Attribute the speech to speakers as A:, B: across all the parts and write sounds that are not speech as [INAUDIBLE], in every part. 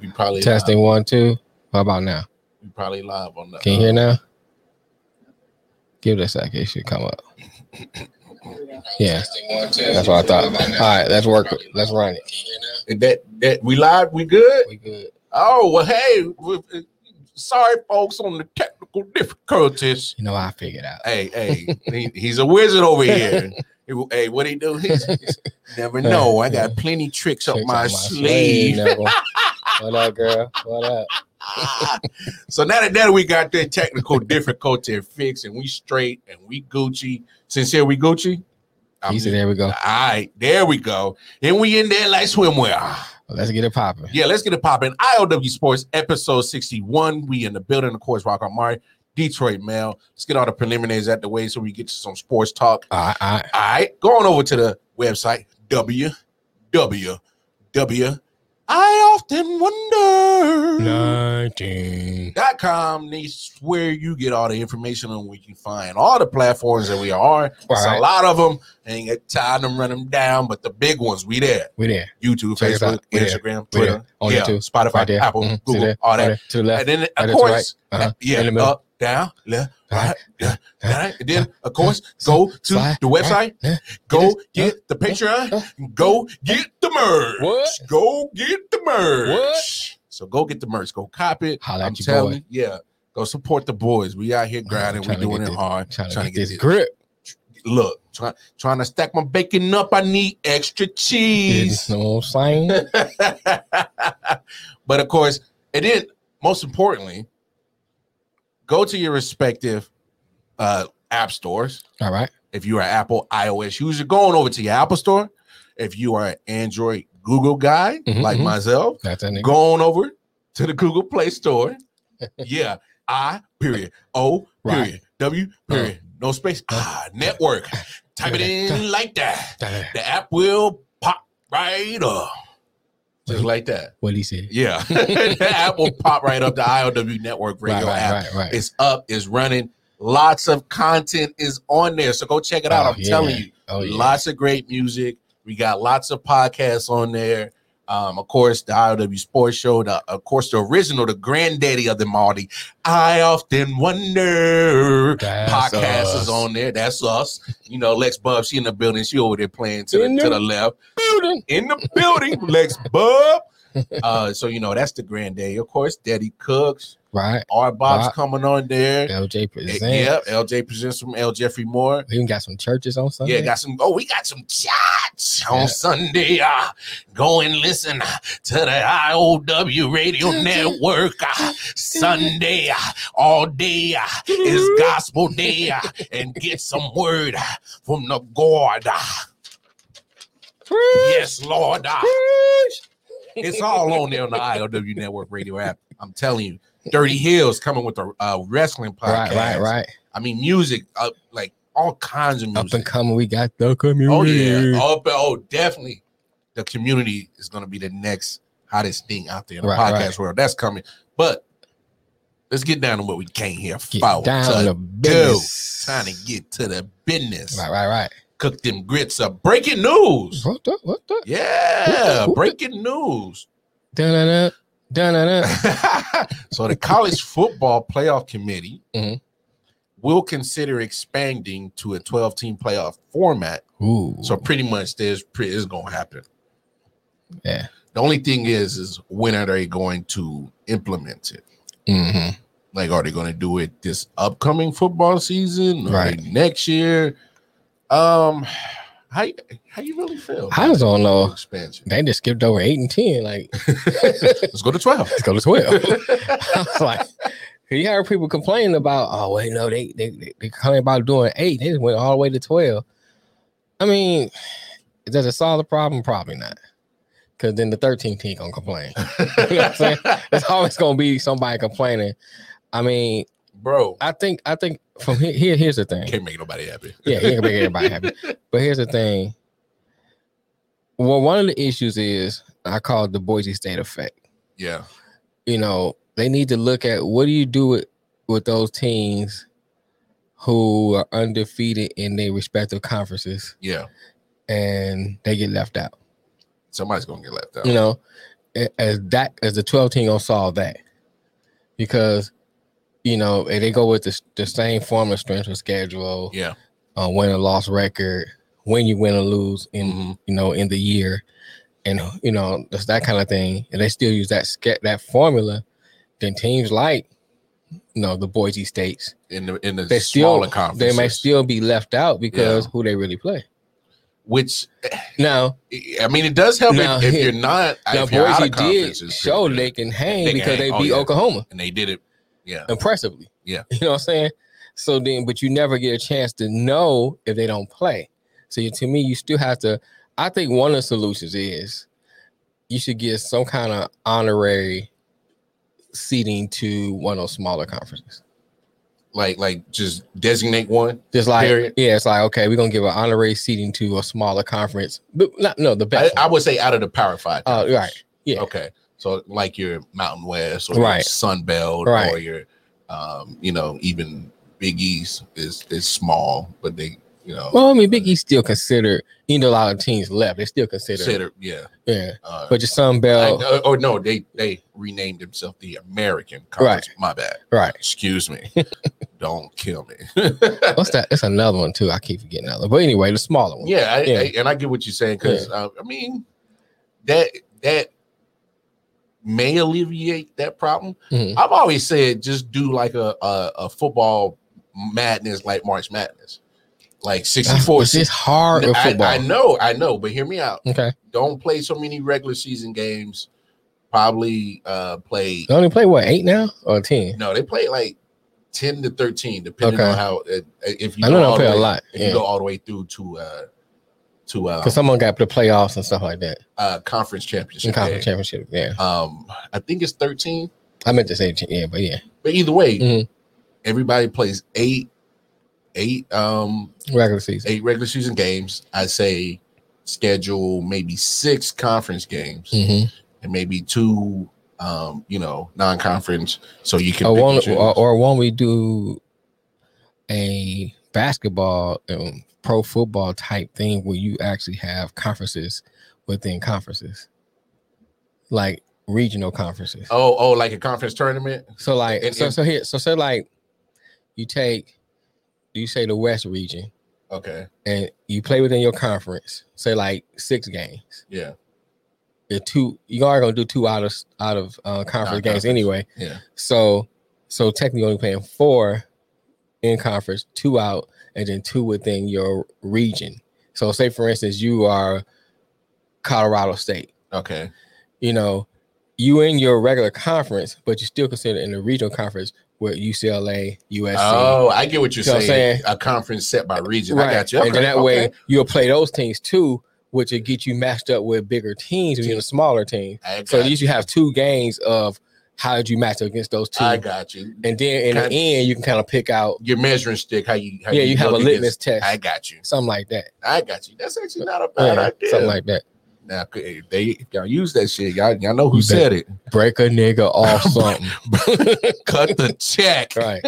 A: We probably
B: Testing
A: Live.
B: one, two. How about now?
A: We probably live on uh, that.
B: Can you hear now? Give it a sec. It should come up. Yeah, that's what I thought. All right, let's work. Let's run it.
A: That that we live. We good.
B: We good.
A: Oh well. Hey, we- we- sorry, folks, on the technical difficulties.
B: You know, I figured out.
A: Hey, hey, he, he's a wizard over
B: [LAUGHS]
A: here. He will- Hey, what he do? He's, he's- never know. I got plenty tricks up
B: Tricks
A: my, sleeve.
B: nigga. what up, girl? What up?
A: Ah. so now that, now we got that technical difficulty fixed, and we straight, and we Gucci. Sincere, we Gucci. I'm-
B: He said, "There we go.
A: All right, there we go. And we in there like swimwear.
B: Let's get it popping."
A: Yeah, let's get it popping. IOW Sports episode 61. We in the building, of course, Rock on Mari, Detroit Mail. Let's get all the preliminaries out the way so we get to some sports talk.
B: All right, all right.
A: All right, go on over to the website www. I often wonder.
B: Nineteen.
A: Dot com. That's where you get all the information on where you can find all the platforms that we are. It's a
B: Right.
A: lot of them. Ain't got time to run them down, but the big ones, we there.
B: We there.
A: YouTube,
B: Check us
A: Facebook,
B: out. We there.
A: Instagram,
B: We
A: Twitter,
B: there. On
A: yeah,
B: YouTube.
A: Spotify,
B: Right there.
A: Apple,
B: Mhm. See
A: Google,
B: there?
A: all
B: Right
A: that.
B: there. To the left.
A: And then,
B: Right
A: of
B: there to the right.
A: course, uh,
B: Uh-huh.
A: yeah,
B: In the middle.
A: up, down, left,
B: Right. Uh-huh.
A: right, yeah, right. And then, of course, go to
B: Slide.
A: the website,
B: Yeah.
A: go
B: Yeah. Uh-huh.
A: get the Patreon, go get the merch.
B: What?
A: Go get the merch.
B: What?
A: So go get the merch. Go cop it.
B: Holla at
A: I'm
B: your
A: telling
B: boy.
A: you, yeah. Go support the boys. We out here
B: I'm
A: grinding. We
B: trying to
A: doing
B: get
A: it
B: this-
A: hard.
B: Trying to
A: Tryna
B: get this
A: this-
B: grip.
A: Look, trying trying to stack my bacon up. I need extra cheese.
B: You know what I'm
A: [LAUGHS]
B: saying?
A: but of course, and then most importantly, go to your respective uh, app stores.
B: All right.
A: If you are Apple iOS user, going over to your Apple store. If you are an Android Google guy
B: Mhm,
A: like
B: mhm.
A: myself,
B: That's that nigga.
A: go on over to the Google Play Store. yeah, I period O
B: Right.
A: period W period no space ah network. Type it in like that.
B: Da- da- da.
A: The app will pop right up, just like that.
B: [LAUGHS] What he said.
A: Yeah. [LAUGHS] the app will pop right up the IOW network
B: Right,
A: radio app.
B: right, right, right.
A: It's up, it's running. Lots of content is on there. So go check it out.
B: Oh,
A: I'm
B: yeah.
A: telling you.
B: Oh yeah.
A: Lots of great music. We got lots of podcasts on there. Um, of course, the IOW Sports Show, the, of course, the original, the granddaddy of them all. The I often wonder
B: That's
A: podcast
B: us.
A: is on there. That's us. You know, Lex Bub, she in the building. She over there playing to
B: In
A: the,
B: the
A: to the left
B: building.
A: in the building, [LAUGHS] Lex Bub. Uh, so you know that's the granddaddy, of course. Daddy Cooks,
B: Right.
A: R. Bob's
B: Bob.
A: coming on there.
B: LJ
A: Eh,
B: presents.
A: Yep, LJ presents from L. Jeffrey Moore.
B: We even got some churches on Sunday.
A: Yeah, got some. Oh, we got some chats on
B: Yeah.
A: Sunday. Uh, go and listen to the IOW Radio Network. Uh, Sunday uh, all day uh, is Gospel Day, uh, and get some word uh, from the God. Uh, yes, Lord. Uh, It's all on there on the IOW Network radio app. I'm telling you, Dirty Hills coming with a uh, wrestling podcast.
B: [LAUGHS] Right, right, right.
A: I mean, music, uh, like all kinds of
B: Up and
A: music.
B: coming, we got the community.
A: Oh yeah, oh, but- oh definitely. The community is going to be the next hottest thing out there in the
B: Right,
A: podcast
B: right.
A: world. That's coming. But let's get down to what we came here
B: Get
A: for.
B: down
A: to,
B: to business.
A: trying to get to the business.
B: Right, right, right.
A: Cook them grits up. Breaking news.
B: What the? What the?
A: Yeah,
B: Whoop, whoop.
A: breaking news. [LAUGHS]
B: Dun dun dun dun dun.
A: so the college football playoff committee
B: Mhm.
A: will consider expanding to a 12 team playoff format
B: Ooh.
A: [LAUGHS] so pretty much there's pre- it's gonna happen
B: Yeah.
A: the only thing is is when are they going to implement it
B: Mhm.
A: like are they going to do it this upcoming football season or
B: Right.
A: next year um how you, how you really feel
B: I just don't know.
A: expansion
B: They just skipped over eight and ten. Like,
A: [LAUGHS] let's go to 12
B: let's go to twelve. [LAUGHS] I was like, you heard people complaining about, oh wait, no, they they they, they complain about doing eight. They just went all the way to twelve. I mean, does it solve the problem? Probably not. Cause then the 13 team gonna complain. [LAUGHS] You know what I'm saying? It's always gonna be somebody complaining. I mean,
A: [LAUGHS] bro
B: I think I think from here, here here's the thing.
A: can't make nobody happy
B: Yeah, you can make everybody happy. But here's the thing. Well, one of the issues is I call it the Boise State effect.
A: yeah
B: You know, they need to look at what do you do with, with those teams who are undefeated in their respective conferences
A: yeah
B: and they get left out.
A: somebody's gonna get left out
B: You know, a- as that as the 12 team gonna solve that because you know and they go with the, s- the same form of strength of schedule
A: Yeah.
B: uh, win and loss record when you win or lose in
A: Mhm.
B: you know in the year and you know that's that kind of thing and they still use that ske- that formula then teams like you know the Boise states
A: In the in the
B: they still
A: smaller conferences,
B: they may still be left out because who they really play
A: which
B: now
A: I mean, it does help
B: Now,
A: if, if
B: yeah.
A: you're not.
B: now
A: if you're out
B: Boise
A: of
B: did
A: conferences,
B: show
A: yeah.
B: they can hang
A: They can
B: because
A: hang.
B: they
A: Oh,
B: beat
A: yeah.
B: Oklahoma
A: and they did it. Yeah,
B: impressively.
A: Yeah.
B: [LAUGHS] You know what I'm saying? So then, but you never get a chance to know if they don't play. So you, to me, you still have to. I think one of the solutions is you should get some kind of honorary seating to one of those smaller conferences.
A: like like just designate one.
B: Just like,
A: Period.
B: yeah, it's like, okay, we're going to give an honorary seating to a smaller conference. But not, no, the
A: I,
B: best.
A: I would say out of the Power Five.
B: Uh,
A: conference.
B: right. Yeah.
A: Okay. So like your Mountain West or your
B: Right.
A: Sun Belt or
B: Right.
A: your, um, you know, even Big East is is small, but they, you know,
B: well, I mean, Big East still considered, even though a lot of teams left, they still consider.
A: consider yeah.
B: Yeah.
A: Uh,
B: But your Sun Belt,
A: I- or no, they they renamed themselves the American Conference. My bad.
B: right.
A: Excuse
B: [LAUGHS]
A: me. Don't kill me.
B: What's that? It's another one too. I keep forgetting that. one. But anyway, the smaller one.
A: Yeah, I,
B: Yeah.
A: I, and I get what you're saying because uh, I mean that that may alleviate that problem.
B: Mhm.
A: I've always said just do like a a, a football madness like March Madness,
B: [LAUGHS]
A: like
B: Ah,
A: 64.
B: It's just hard with
A: I,
B: football.
A: I know, I know, but hear me out.
B: okay.
A: Don't play so many regular season games. Probably uh play.
B: They only play what eight now or ten?
A: No, they play like 10 to 13, depending
B: Okay.
A: on how uh, if you
B: I know
A: go
B: they
A: all
B: play
A: the
B: a
A: way-
B: lot.
A: If you go
B: Yeah.
A: all the way through to uh to uh,
B: Because someone got the playoffs and stuff like that
A: uh conference
B: in
A: championship.
B: conference
A: game.
B: championship. Yeah.
A: Um, I think it's 13,
B: I meant to say ten, yeah, but yeah.
A: but either way,
B: Mhm.
A: everybody plays eight, eight, um,
B: Regular season.
A: eight regular season games. I say schedule maybe six conference games
B: Mm-hmm.
A: and maybe two, um, you know, non-conference, so you can.
B: Oh, Or
A: pick and
B: won't
A: choose.
B: or, or won't we do a basketball um, pro football type thing where you actually have conferences within conferences. Like regional conferences.
A: oh, oh, like a conference tournament.
B: So like
A: And-
B: so
A: and-
B: so here so say like you take you say the West region
A: Okay,
B: and you play within your conference, say like six games.
A: yeah,
B: The two you are gonna do two out of out of uh, conference
A: Non-conference.
B: games anyway.
A: yeah,
B: So so technically you're only playing four in conference, two out, and then two within your region. So say for instance you are Colorado State,
A: okay,
B: you know, you in your regular conference, but you still considered in the regional conference with UCLA, USC,
A: oh, I get what you're
B: You know what
A: saying.
B: I'm saying?
A: A conference set by region. I got you.
B: And then
A: Okay,
B: that
A: okay.
B: way you'll play those teams too, which will get you matched up with bigger teams and a smaller team.
A: I
B: So
A: got
B: at least you have two games of how did you match up against those two.
A: I got you.
B: and then in
A: Got-
B: the end, you can kind of pick out,
A: Your measuring stick, how you how
B: yeah, you have a
A: look
B: litmus test,
A: I got you.
B: something like that.
A: I got you. That's actually not a bad
B: Yeah,
A: idea.
B: something like that.
A: now, if they if y'all use that shit. Y'all, y'all know who
B: You bet.
A: said it. [LAUGHS]
B: Break a nigga off something.
A: Cut the check.
B: right.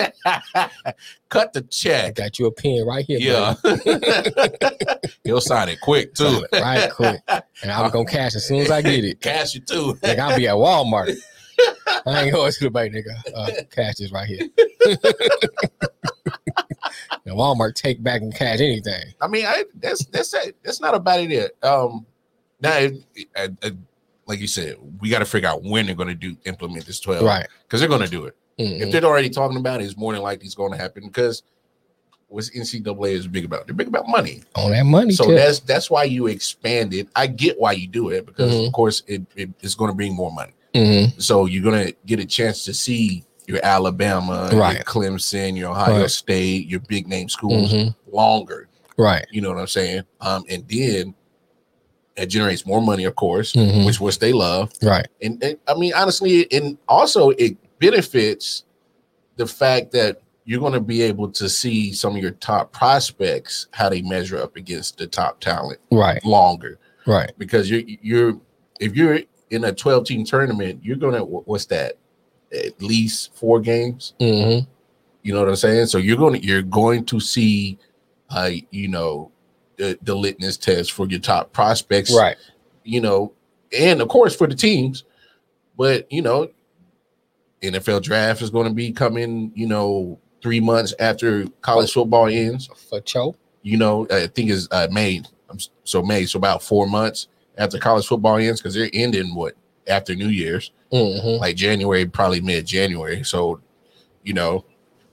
A: [LAUGHS] Cut the
B: I
A: check.
B: got you a pin right here.
A: Yeah.
B: buddy.
A: [LAUGHS] He'll sign it quick too.
B: Sign it
A: [LAUGHS]
B: Right quick. And I'm going to cash as soon as I get it.
A: Cash it too. [LAUGHS]
B: Like I'll be at Walmart. I ain't going to the bank, nigga. Uh, cash is right here. [LAUGHS] now Walmart take back and cash anything.
A: I mean, I that's that's it. That's not a bad idea. Um, now, it, I- I- like you said, we got to figure out when they're going to do implement this twelve,
B: Right.
A: Because they're going to do it.
B: Mhm.
A: If they're already talking about it, it's more than likely it's going to happen because what's NCAA is big about? They're big about money.
B: On that money.
A: So
B: tip.
A: that's that's why you expand it. I get why you do it because of
B: Mhm.
A: course it, it it's going to bring more money.
B: Mhm.
A: So you're going to get a chance to see your Alabama, your
B: Right.
A: Clemson, your Ohio
B: Right.
A: State, your big name schools
B: Mhm.
A: longer.
B: Right.
A: You know what I'm saying? Um, and then it generates more money, of course,
B: Mhm.
A: which which they love
B: Right.
A: and, and I mean honestly, and also it benefits the fact that you're going to be able to see some of your top prospects how they measure up against the top talent
B: Right.
A: longer
B: Right.
A: because you're you're if you're in a 12 team tournament, you're gonna wha- what's that? At least four games.
B: Mhm.
A: You know what I'm saying? So you're going to you're going to see, uh, you know, the, the litmus test for your top prospects
B: Right.
A: you know, and of course for the teams, But you know, NFL draft is going to be coming. You know, three months after college football ends.
B: for Cho.
A: You know, I think is uh, May. I'm s- So May, so about four months after college football ends because they're ending what after New Year's.
B: Mm-hmm.
A: like January, probably mid January. So, you know,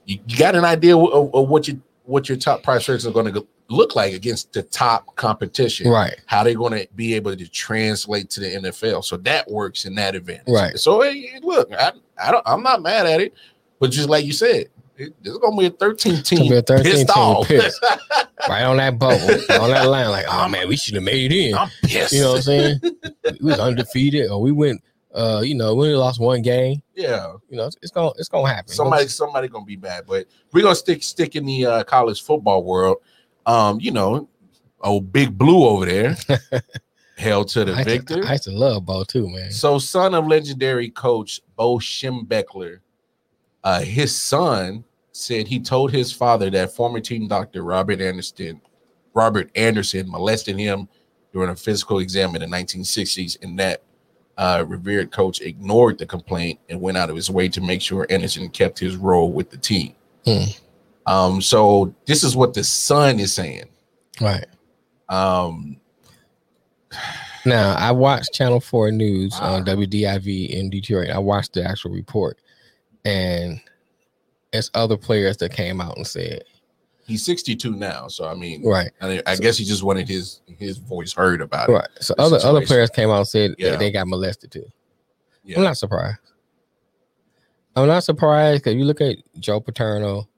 A: you, you got an idea of, of what you what your top prospects are going to look like against the top competition.
B: Right.
A: How they're going to be able to translate to the NFL. So that works in that event.
B: Right.
A: So eh, eh, look, I, I don't, I'm not mad at it, but just like you said, it, this is going to be a 13
B: It's gonna
A: team
B: be a 13
A: pissed
B: team
A: off.
B: pissed. right on that bubble, on that line. Like, oh man, we should have made it
A: [LAUGHS]
B: in.
A: I'm pissed.
B: You know what I'm saying? we was undefeated, or we went, uh, you know, we only lost one game.
A: yeah.
B: You know, it's, it's gonna it's gonna happen.
A: Somebody, somebody gonna be bad, but we're gonna stick stick in the uh, college football world. Um, you know, old Big Blue over
B: [LAUGHS]
A: there, held to the
B: I used to-
A: victor.
B: I used to love Bo too, man.
A: so, son of legendary coach Bo Schembechler, uh, his son said he told his father that former team doctor Robert Anderson, Robert Anderson, molested him during a physical exam in the 1960s, and that uh, revered coach ignored the complaint and went out of his way to make sure Anderson kept his role with the team.
B: Hmm.
A: Um, so this is what the son is saying.
B: Right
A: Um,
B: now, I watched Channel Four News on
A: Ah.
B: WDIV in Detroit. I watched the actual report, and it's other players that came out and said,
A: he's 62 now, so I mean,
B: right,
A: I, I guess he just wanted his his voice heard about it.
B: right. So
A: The
B: other other
A: situation.
B: players came out and said
A: Yeah.
B: that they got molested too.
A: Yeah.
B: I'm not surprised. I'm not surprised because you look at Joe Paterno,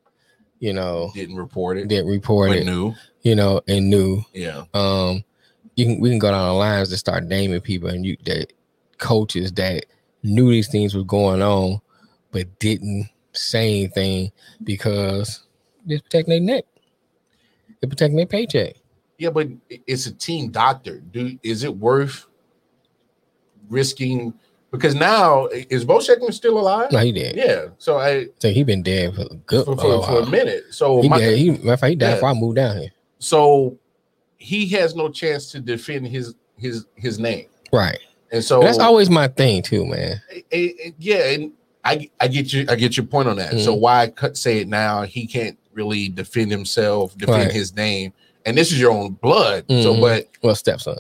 B: you know,
A: Didn't report it.
B: that reported,
A: but knew.
B: you know, and knew.
A: Yeah.
B: Um, you can we can go down the lines and start naming people and you that coaches that knew these things were going on, but didn't say anything because they're protecting their neck, they're protecting their paycheck.
A: Yeah, but it- it's a team doctor. Do is it worth risking? Because now i- is Bo Schechner still alive?
B: No, he did.
A: Yeah. So I
B: So he been dead for a good
A: for,
B: for a
A: for, for a
B: while.
A: minute. So
B: He,
A: my,
B: dead, he, matter of fact, he died
A: Yeah.
B: before I moved down here.
A: so he has no chance to defend his his his name.
B: Right.
A: And so
B: That's always my thing too, man.
A: it- it- yeah, and I I get you I get your point on that. So
B: Mm-hmm.
A: why cut, say it now? He can't really defend himself, defend
B: Right.
A: his name, and this is your own blood. So,
B: Mhm.
A: but
B: Well, stepson.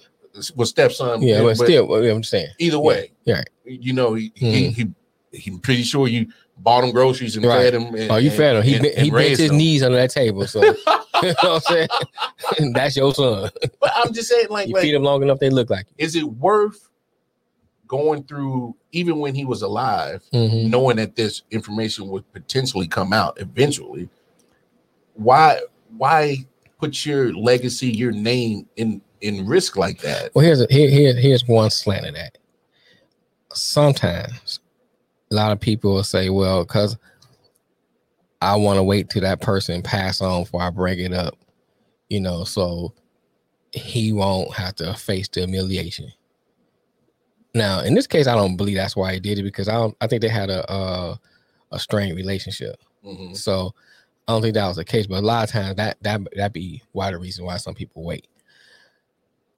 A: with stepson,
B: Yeah, but
A: but
B: still, what I'm saying.
A: either way,
B: yeah, right.
A: you know he, he he he pretty sure you bought him groceries and
B: Right.
A: fed him. And,
B: Oh, you
A: and-
B: fed him. He
A: and-
B: bent,
A: and
B: he bent
A: raised
B: his
A: him.
B: knees under that table. So [LAUGHS] you know what I'm
A: [LAUGHS]
B: saying. That's your son.
A: But I'm just saying, like,
B: You
A: like
B: feed them long enough, they look like
A: is it worth going through even when he was alive?
B: you. Mhm.
A: knowing that this information would potentially come out eventually why why put your legacy your name in in risk like that
B: Well, here's a, here, here here's one slant of that. Sometimes a lot of people will say, "Well, because I want to wait till that person pass on before I bring it up," you know, so he won't have to face the humiliation. Now, in this case, I don't believe that's why he did it because I don't. I think they had a a, a strained relationship,
A: Mhm.
B: Mm-hmm. so I don't think that was the case. But a lot of times, that that that be why the reason why some people wait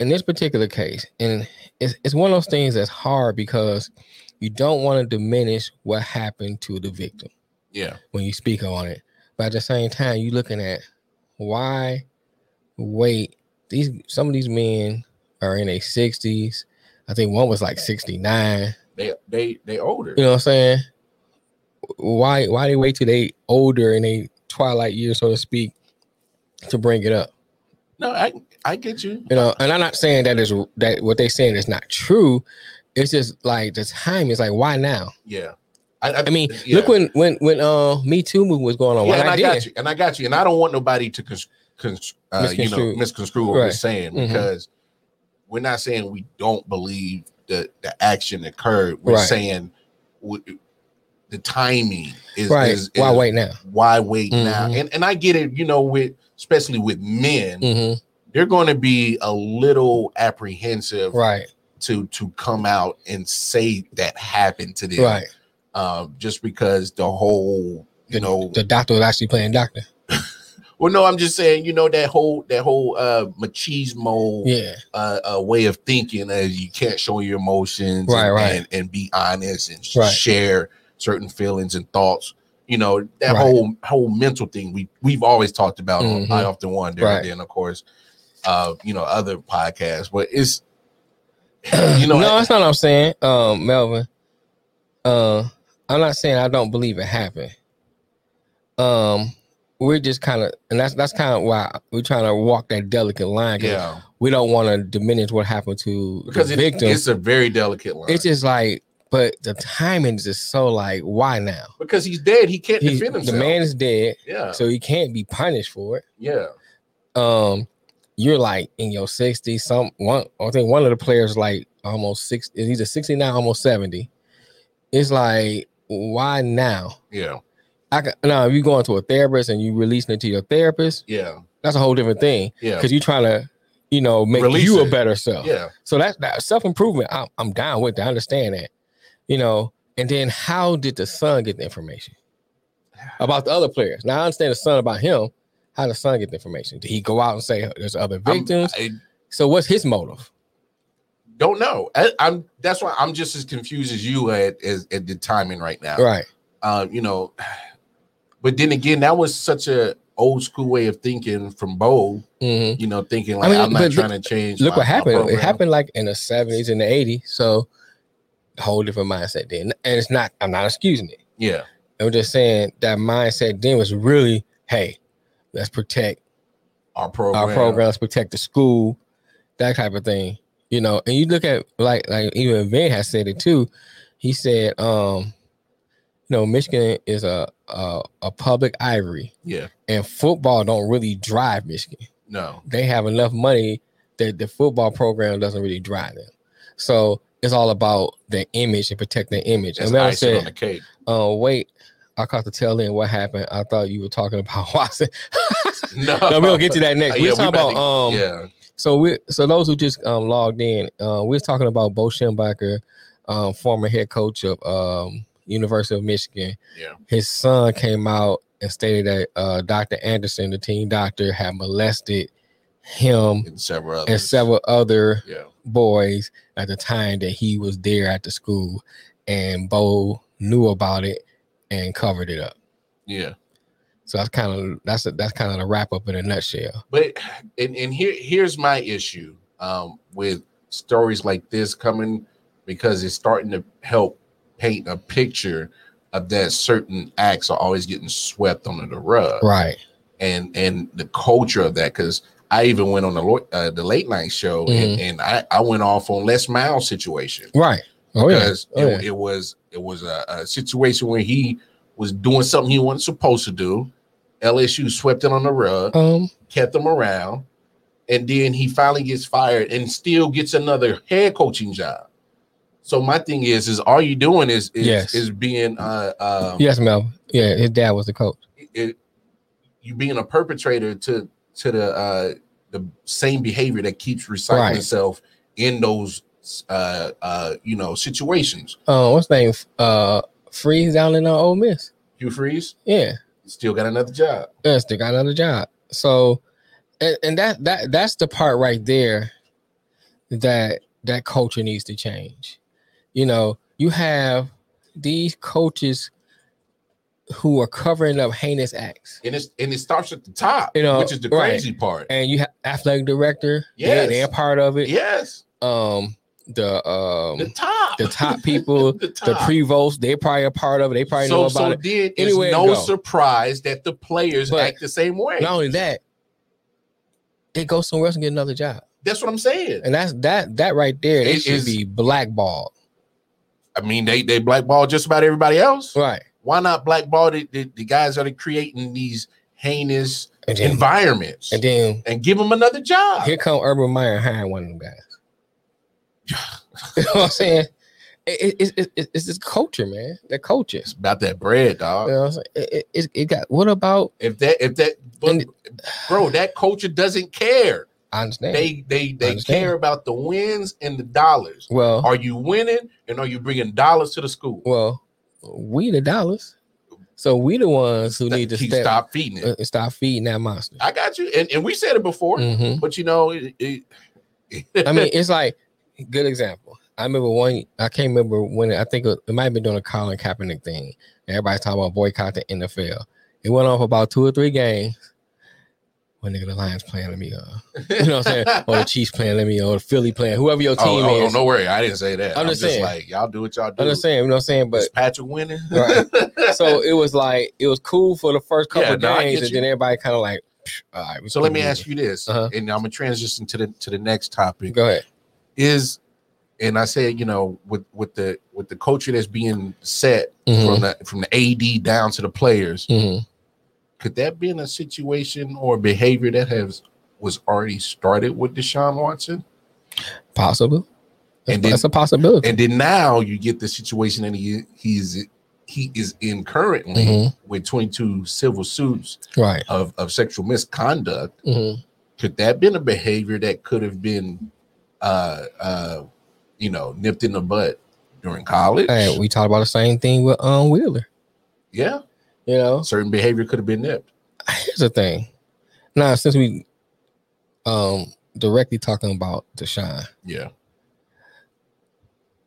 B: in this particular case, and it's, it's one of those things that's hard because you don't want to diminish what happened to the victim
A: yeah
B: when you speak on it. But at the same time, you're looking at why wait. These some of these men are in their 60s. I think one was like 69.
A: they they they older
B: You know what I'm saying? Why why they wait till they older in they twilight years, so to speak, to bring it up?
A: no i i get you
B: you know and i'm not saying that is that what they saying is not true it's just like the time is like why now
A: yeah i,
B: i mean
A: yeah.
B: look when when when uh me too movement was going on
A: yeah,
B: what
A: and
B: Oh, i
A: I got
B: did
A: you, and I got you, and I don't want nobody to cons- cons- uh, you know
B: Misconstrue.
A: misconstrue what we're
B: Right.
A: saying
B: Mhm.
A: because we're not saying we don't believe that the action occurred. We're
B: Right.
A: saying w- the timing is
B: right
A: Is,
B: why
A: is-
B: wait now
A: Why wait now?
B: Mhm.
A: And and I get it. You know, with especially with men,
B: hmm
A: they're going to be a little apprehensive
B: right
A: to to come out and say that happened to them,
B: right
A: um, just because the whole you know
B: the doctor was actually playing doctor
A: Well, no, I'm just saying, you know, that whole that whole uh machismo
B: Yeah.
A: uh, uh way of thinking as you can't show your emotions
B: Right,
A: and,
B: right.
A: and, and be honest and
B: Right.
A: share certain feelings and thoughts. You know, that
B: Right.
A: whole whole mental thing we we've always talked about
B: Mhm.
A: on I often wonder
B: Right.
A: and then of course uh you know other podcasts, but it's
B: [CLEARS THROAT]
A: you know eh,
B: no, that's not what I'm saying, um, Melvin. Uh, I'm not saying I don't believe it happened. Um, we're just kind of, and that's that's kind of why we're trying to walk that delicate line. 'cause
A: yeah.
B: we don't want to diminish what happened to
A: Because
B: the
A: it,
B: victim. It's,
A: it's a very delicate line.
B: just like, but the timing is just so like, why now?
A: because he's dead, he can't
B: He,
A: defend
B: the
A: himself.
B: man is dead,
A: yeah,
B: so he can't be punished for it.
A: yeah.
B: Um, you're like in your 60s. Some one, I think one of the players like almost six. He's a 69, almost 70. It's like, why now?
A: Yeah,
B: I can, now if you going to a therapist and you releasing it to your therapist,
A: yeah,
B: that's a whole different thing
A: yeah,
B: because you're trying to, you know, make
A: Release
B: you a
A: it.
B: better self.
A: yeah,
B: So that's that self improvement. I'm, I'm down with. That. I understand that, you know. And then how did the son get the information about the other players? Now I understand the son about him. How the son get the information? Did he go out and say there's other
A: I'm-
B: victims?
A: I
B: so what's his motive?
A: don't know. I, I'm that's why I'm just as confused as you at as, at the timing right now.
B: Right.
A: Uh, you know, but then again, that was such a old school way of thinking from Bo.
B: hmm
A: You know, thinking like
B: mean,
A: I'm
B: but
A: not trying to change.
B: Look
A: my-
B: what
A: my
B: happened. It
A: program.
B: happened like in the seventies and the eighties. So a whole different mindset then, and it's not. I'm not excusing it.
A: Yeah,
B: I'm just saying that mindset then was really, hey, let's protect
A: our program.
B: our programs protect the school, that type of thing. You know, and you look at like like even Van has said it too. He said, um, you know, Michigan is a a, a public ivory,
A: Yeah,
B: and football don't really drive Michigan.
A: no,
B: They have enough money that the football program doesn't really drive them. So it's all about the image and protect the image.
A: that's
B: and Mel
A: icing
B: said,
A: on the cake. [LAUGHS]
B: uh, wait, I caught the tail end. What happened? I thought you were talking about [LAUGHS]
A: [LAUGHS]
B: Watson.
A: No,
B: no, we'll get to that next.
A: Uh, Yeah,
B: We're
A: we
B: talking
A: about
B: about
A: to- [LAUGHS]
B: um
A: yeah,
B: so we so those who just um, logged in, uh, we was talking about Bo Schembacher, um, former head coach of um, University of Michigan.
A: Yeah.
B: his son came out and stated that uh, Dr. Anderson, the team doctor, had molested him
A: and several
B: and
A: others.
B: several other
A: Yeah,
B: boys at the time that he was there at the school, and Bo knew about it and covered it up.
A: yeah.
B: So that's kind of that's a, that's kind of the wrap up in a nutshell.
A: but and, and here here's my issue um with stories like this coming because it's starting to help paint a picture of that certain acts are always getting swept under the rug
B: Right.
A: and and the culture of that because i even went on the lo- uh, the late night show
B: Mm-hmm.
A: and, and i i went off on les miles situation
B: Right. Oh yeah.
A: because
B: Oh, yeah.
A: it, it was it was a, a situation where he was doing something he wasn't supposed to do lsu swept it on the rug
B: Um.
A: kept him around, and then he finally gets fired and still gets another head coaching job. So my thing is, is all you doing is is,
B: Yes.
A: is being uh um
B: Yes, Mel. Yeah, his dad was the coach.
A: it, you being a perpetrator to to the uh the same behavior that keeps recycling
B: Right.
A: itself in those uh uh you know situations.
B: Uh, what's his name? Uh, Freeze down in uh, Ole Miss.
A: Hugh Freeze
B: Yeah,
A: still got another job.
B: yeah, still got another job. So, and, and that that that's the part right there that that culture needs to change. You know, you have these coaches who are covering up heinous acts,
A: And it's and it starts at the top,
B: You know,
A: which is the
B: right.
A: crazy part.
B: and you have athletic director. Yeah,
A: Yes.
B: they, are part of it.
A: yes,
B: Um, the um
A: the
B: the,
A: top, [LAUGHS]
B: top people,
A: the
B: the
A: top.
B: prevost, they probably a part of it. They probably
A: so,
B: know about
A: so
B: it.
A: then it's
B: Anywhere it
A: no
B: go.
A: surprise that the players
B: But
A: act the same way.
B: not only that, it goes somewhere else and get another job.
A: That's what I'm saying.
B: And that's that that right there. It,
A: It
B: should
A: is-
B: be blackballed.
A: I mean, they they blackball just about everybody else.
B: Right.
A: Why not blackball the, the, the guys that are creating these heinous
B: And then,
A: environments
B: and
A: and,
B: then
A: give them another job?
B: here come Urban Meyer hiring one of them guys.
A: [LAUGHS]
B: you know what I'm saying? It, it, it, it- it's this culture, man. The culture.
A: It's about that bread,
B: You
A: dog.
B: know what I'm saying? It, it, it- it got what about
A: If that if that but,
B: And-
A: bro, that culture doesn't care.
B: I understand.
A: They they they
B: understand.
A: care about the wins and the dollars.
B: well
A: Are you winning and are you bringing dollars to the school?
B: well we the dollars. So we the ones who need to
A: Keep-
B: step,
A: stop feeding it.
B: uh, stop feeding that monster.
A: I got you. And, and we said it before,
B: Mhm.
A: but you know, it,
B: [LAUGHS]
A: it,
B: I mean, it's like good example. I remember one. I can't remember when. I think it, it might have been doing a Colin Kaepernick thing. Everybody's talking about boycott the NFL. It went on for about two or three games. When nigga the Lions playing, let me uh, [LAUGHS] you know
A: [LAUGHS]
B: what I'm saying? or the Chiefs playing, let me or the Philly playing, whoever your team
A: oh, oh, oh,
B: is.
A: no worry. I didn't say that. I'm,
B: I'm just
A: just
B: saying.
A: like, y'all do what y'all do.
B: Understand? You know what I'm
A: But
B: saying?
A: [LAUGHS]
B: But
A: Is Patrick winning?
B: Right. so it was like it was cool for the first couple
A: Yeah,
B: of
A: no, I
B: games,
A: get
B: and then everybody kind of like, "Psh, all right. we
A: so let
B: cool
A: me
B: with
A: ask you this,
B: Uh-huh.
A: and I'm gonna transition to the to the next
B: it."
A: topic.
B: Go ahead.
A: Is and I said, you know, with with the with the culture that's being set
B: Mm-hmm.
A: from the from the AD down to the players,
B: Mhm.
A: could that be in a situation or behavior that has was already started with Deshaun Watson?
B: Possible. That's,
A: And then-
B: that's a possibility.
A: And then now you get the situation that he he's he is in currently
B: Mhm.
A: with 22 civil suits
B: Right.
A: of, of sexual misconduct.
B: Mhm.
A: Could that been a behavior that could have been uh uh you know nipped in the butt during college?
B: Hey, we talked about the same thing with um Wheeler.
A: yeah,
B: You know,
A: certain behavior could have been nipped.
B: here's the thing. Now, since we um directly talking about Deshaun,
A: Yeah.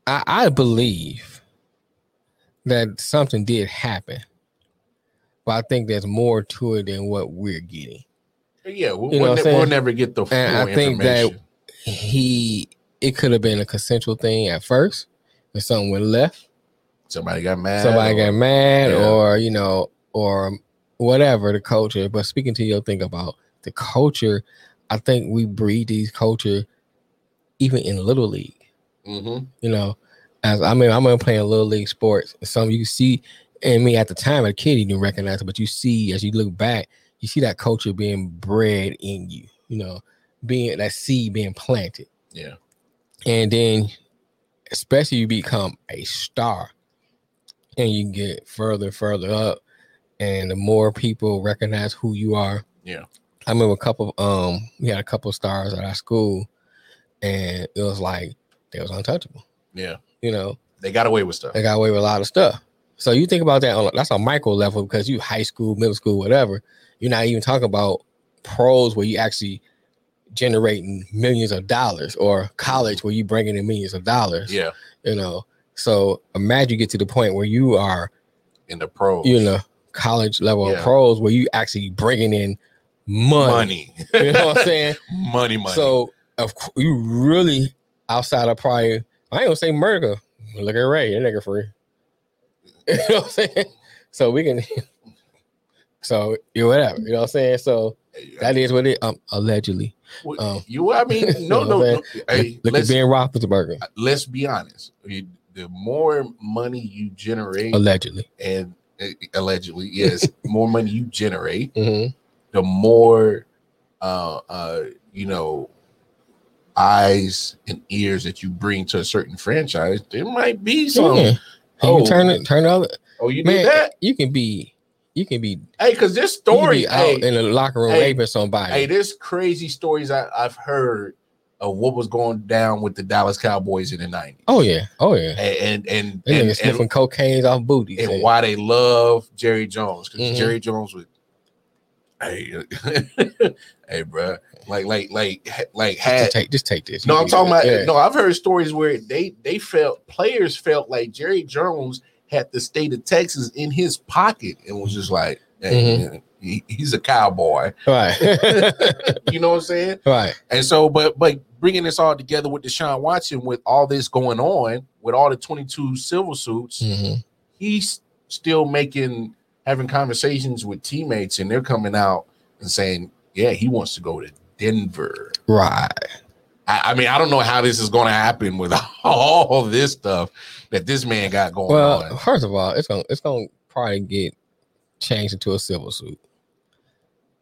B: I, I believe that something did happen, but I think there's more to it than what we're getting.
A: Yeah, we'll,
B: You know
A: we'll,
B: what I'm
A: ne- we'll
B: saying?
A: never get the full
B: And I think that-
A: information.
B: He, it could have been a consensual thing at first, and something went left.
A: somebody got mad.
B: somebody
A: or-
B: got mad
A: yeah.
B: or you know or whatever the culture but speaking to your thing about the culture i think we breed these culture even in little league
A: Mhm.
B: you know as i mean i'm gonna play in little league sports some you see and me at the time a kid you didn't recognize it but you see as you look back you see that culture being bred in you you know being that seed being planted
A: Yeah.
B: and then especially you become a star and you get further and further up and the more people recognize who you are
A: Yeah.
B: i remember a couple um we had a couple stars at our school and it was like they was untouchable
A: Yeah.
B: you know
A: They got away with stuff.
B: they got away with a lot of stuff so you think about that on that's a micro level because you high school middle school whatever you're not even talking about pros where you actually generating millions of dollars or college where you bringing in millions of dollars
A: Yeah.
B: you know so imagine you get to the point where you are
A: In the pros.
B: you know college level
A: Yeah.
B: pros where you actually bringing in money,
A: money.
B: [LAUGHS] you
A: [LAUGHS]
B: know what i'm saying
A: money, money.
B: so of course you really outside of prior i ain't gonna say murder look at ray that nigga free [LAUGHS] you know what i'm saying so we can [LAUGHS] so you whatever you know what i'm saying so that is what it um allegedly
A: Well,
B: Um,
A: you, I
B: [LAUGHS]
A: mean,
B: you
A: no,
B: know
A: no,
B: what I'm
A: no. Hey,
B: look
A: let's,
B: at ben roethlisberger
A: let's be honest. You- The more money you generate,
B: allegedly
A: and uh, allegedly, yes, more money you generate,
B: Mhm.
A: the more, uh, uh, you know, eyes and ears that you bring to a certain franchise. There might be some.
B: Yeah.
A: Oh.
B: you turn it turn the other
A: Oh, you
B: man,
A: did that?
B: you can be, you can be,
A: Hey, because this
B: you can
A: story,
B: be
A: hey,
B: out in the locker room
A: hey,
B: raping somebody.
A: hey, there's crazy stories I, I've heard of what was going down with the Dallas Cowboys in the '90s.
B: oh yeah, oh yeah.
A: and and and,
B: They
A: and,
B: niggas sniffing cocaine off booties.
A: and
B: and-
A: why they love Jerry Jones because
B: Mhm.
A: Jerry Jones would, hey, [LAUGHS] hey, bro, like like like like had.
B: just take, just take this.
A: No, I'm talking about.
B: Yeah.
A: No, I've heard stories where they they felt players felt like Jerry Jones had the state of Texas in his pocket and was just like, hey,
B: Mm-hmm.
A: he- he's a
B: [LAUGHS]
A: cowboy.
B: right,
A: You know what I'm saying?
B: right.
A: And so, but but bringing this all together with Deshaun Watson, with all this going on, with all the 22 civil suits,
B: Mhm.
A: he's still making having conversations with teammates and they're coming out and saying yeah he wants to go to denver
B: Right.
A: i, I mean i don't know how this is going to happen with [LAUGHS] all this stuff that this man got going
B: Well,
A: on
B: first of all, it's gonna, it's gonna probably get changed into a civil suit.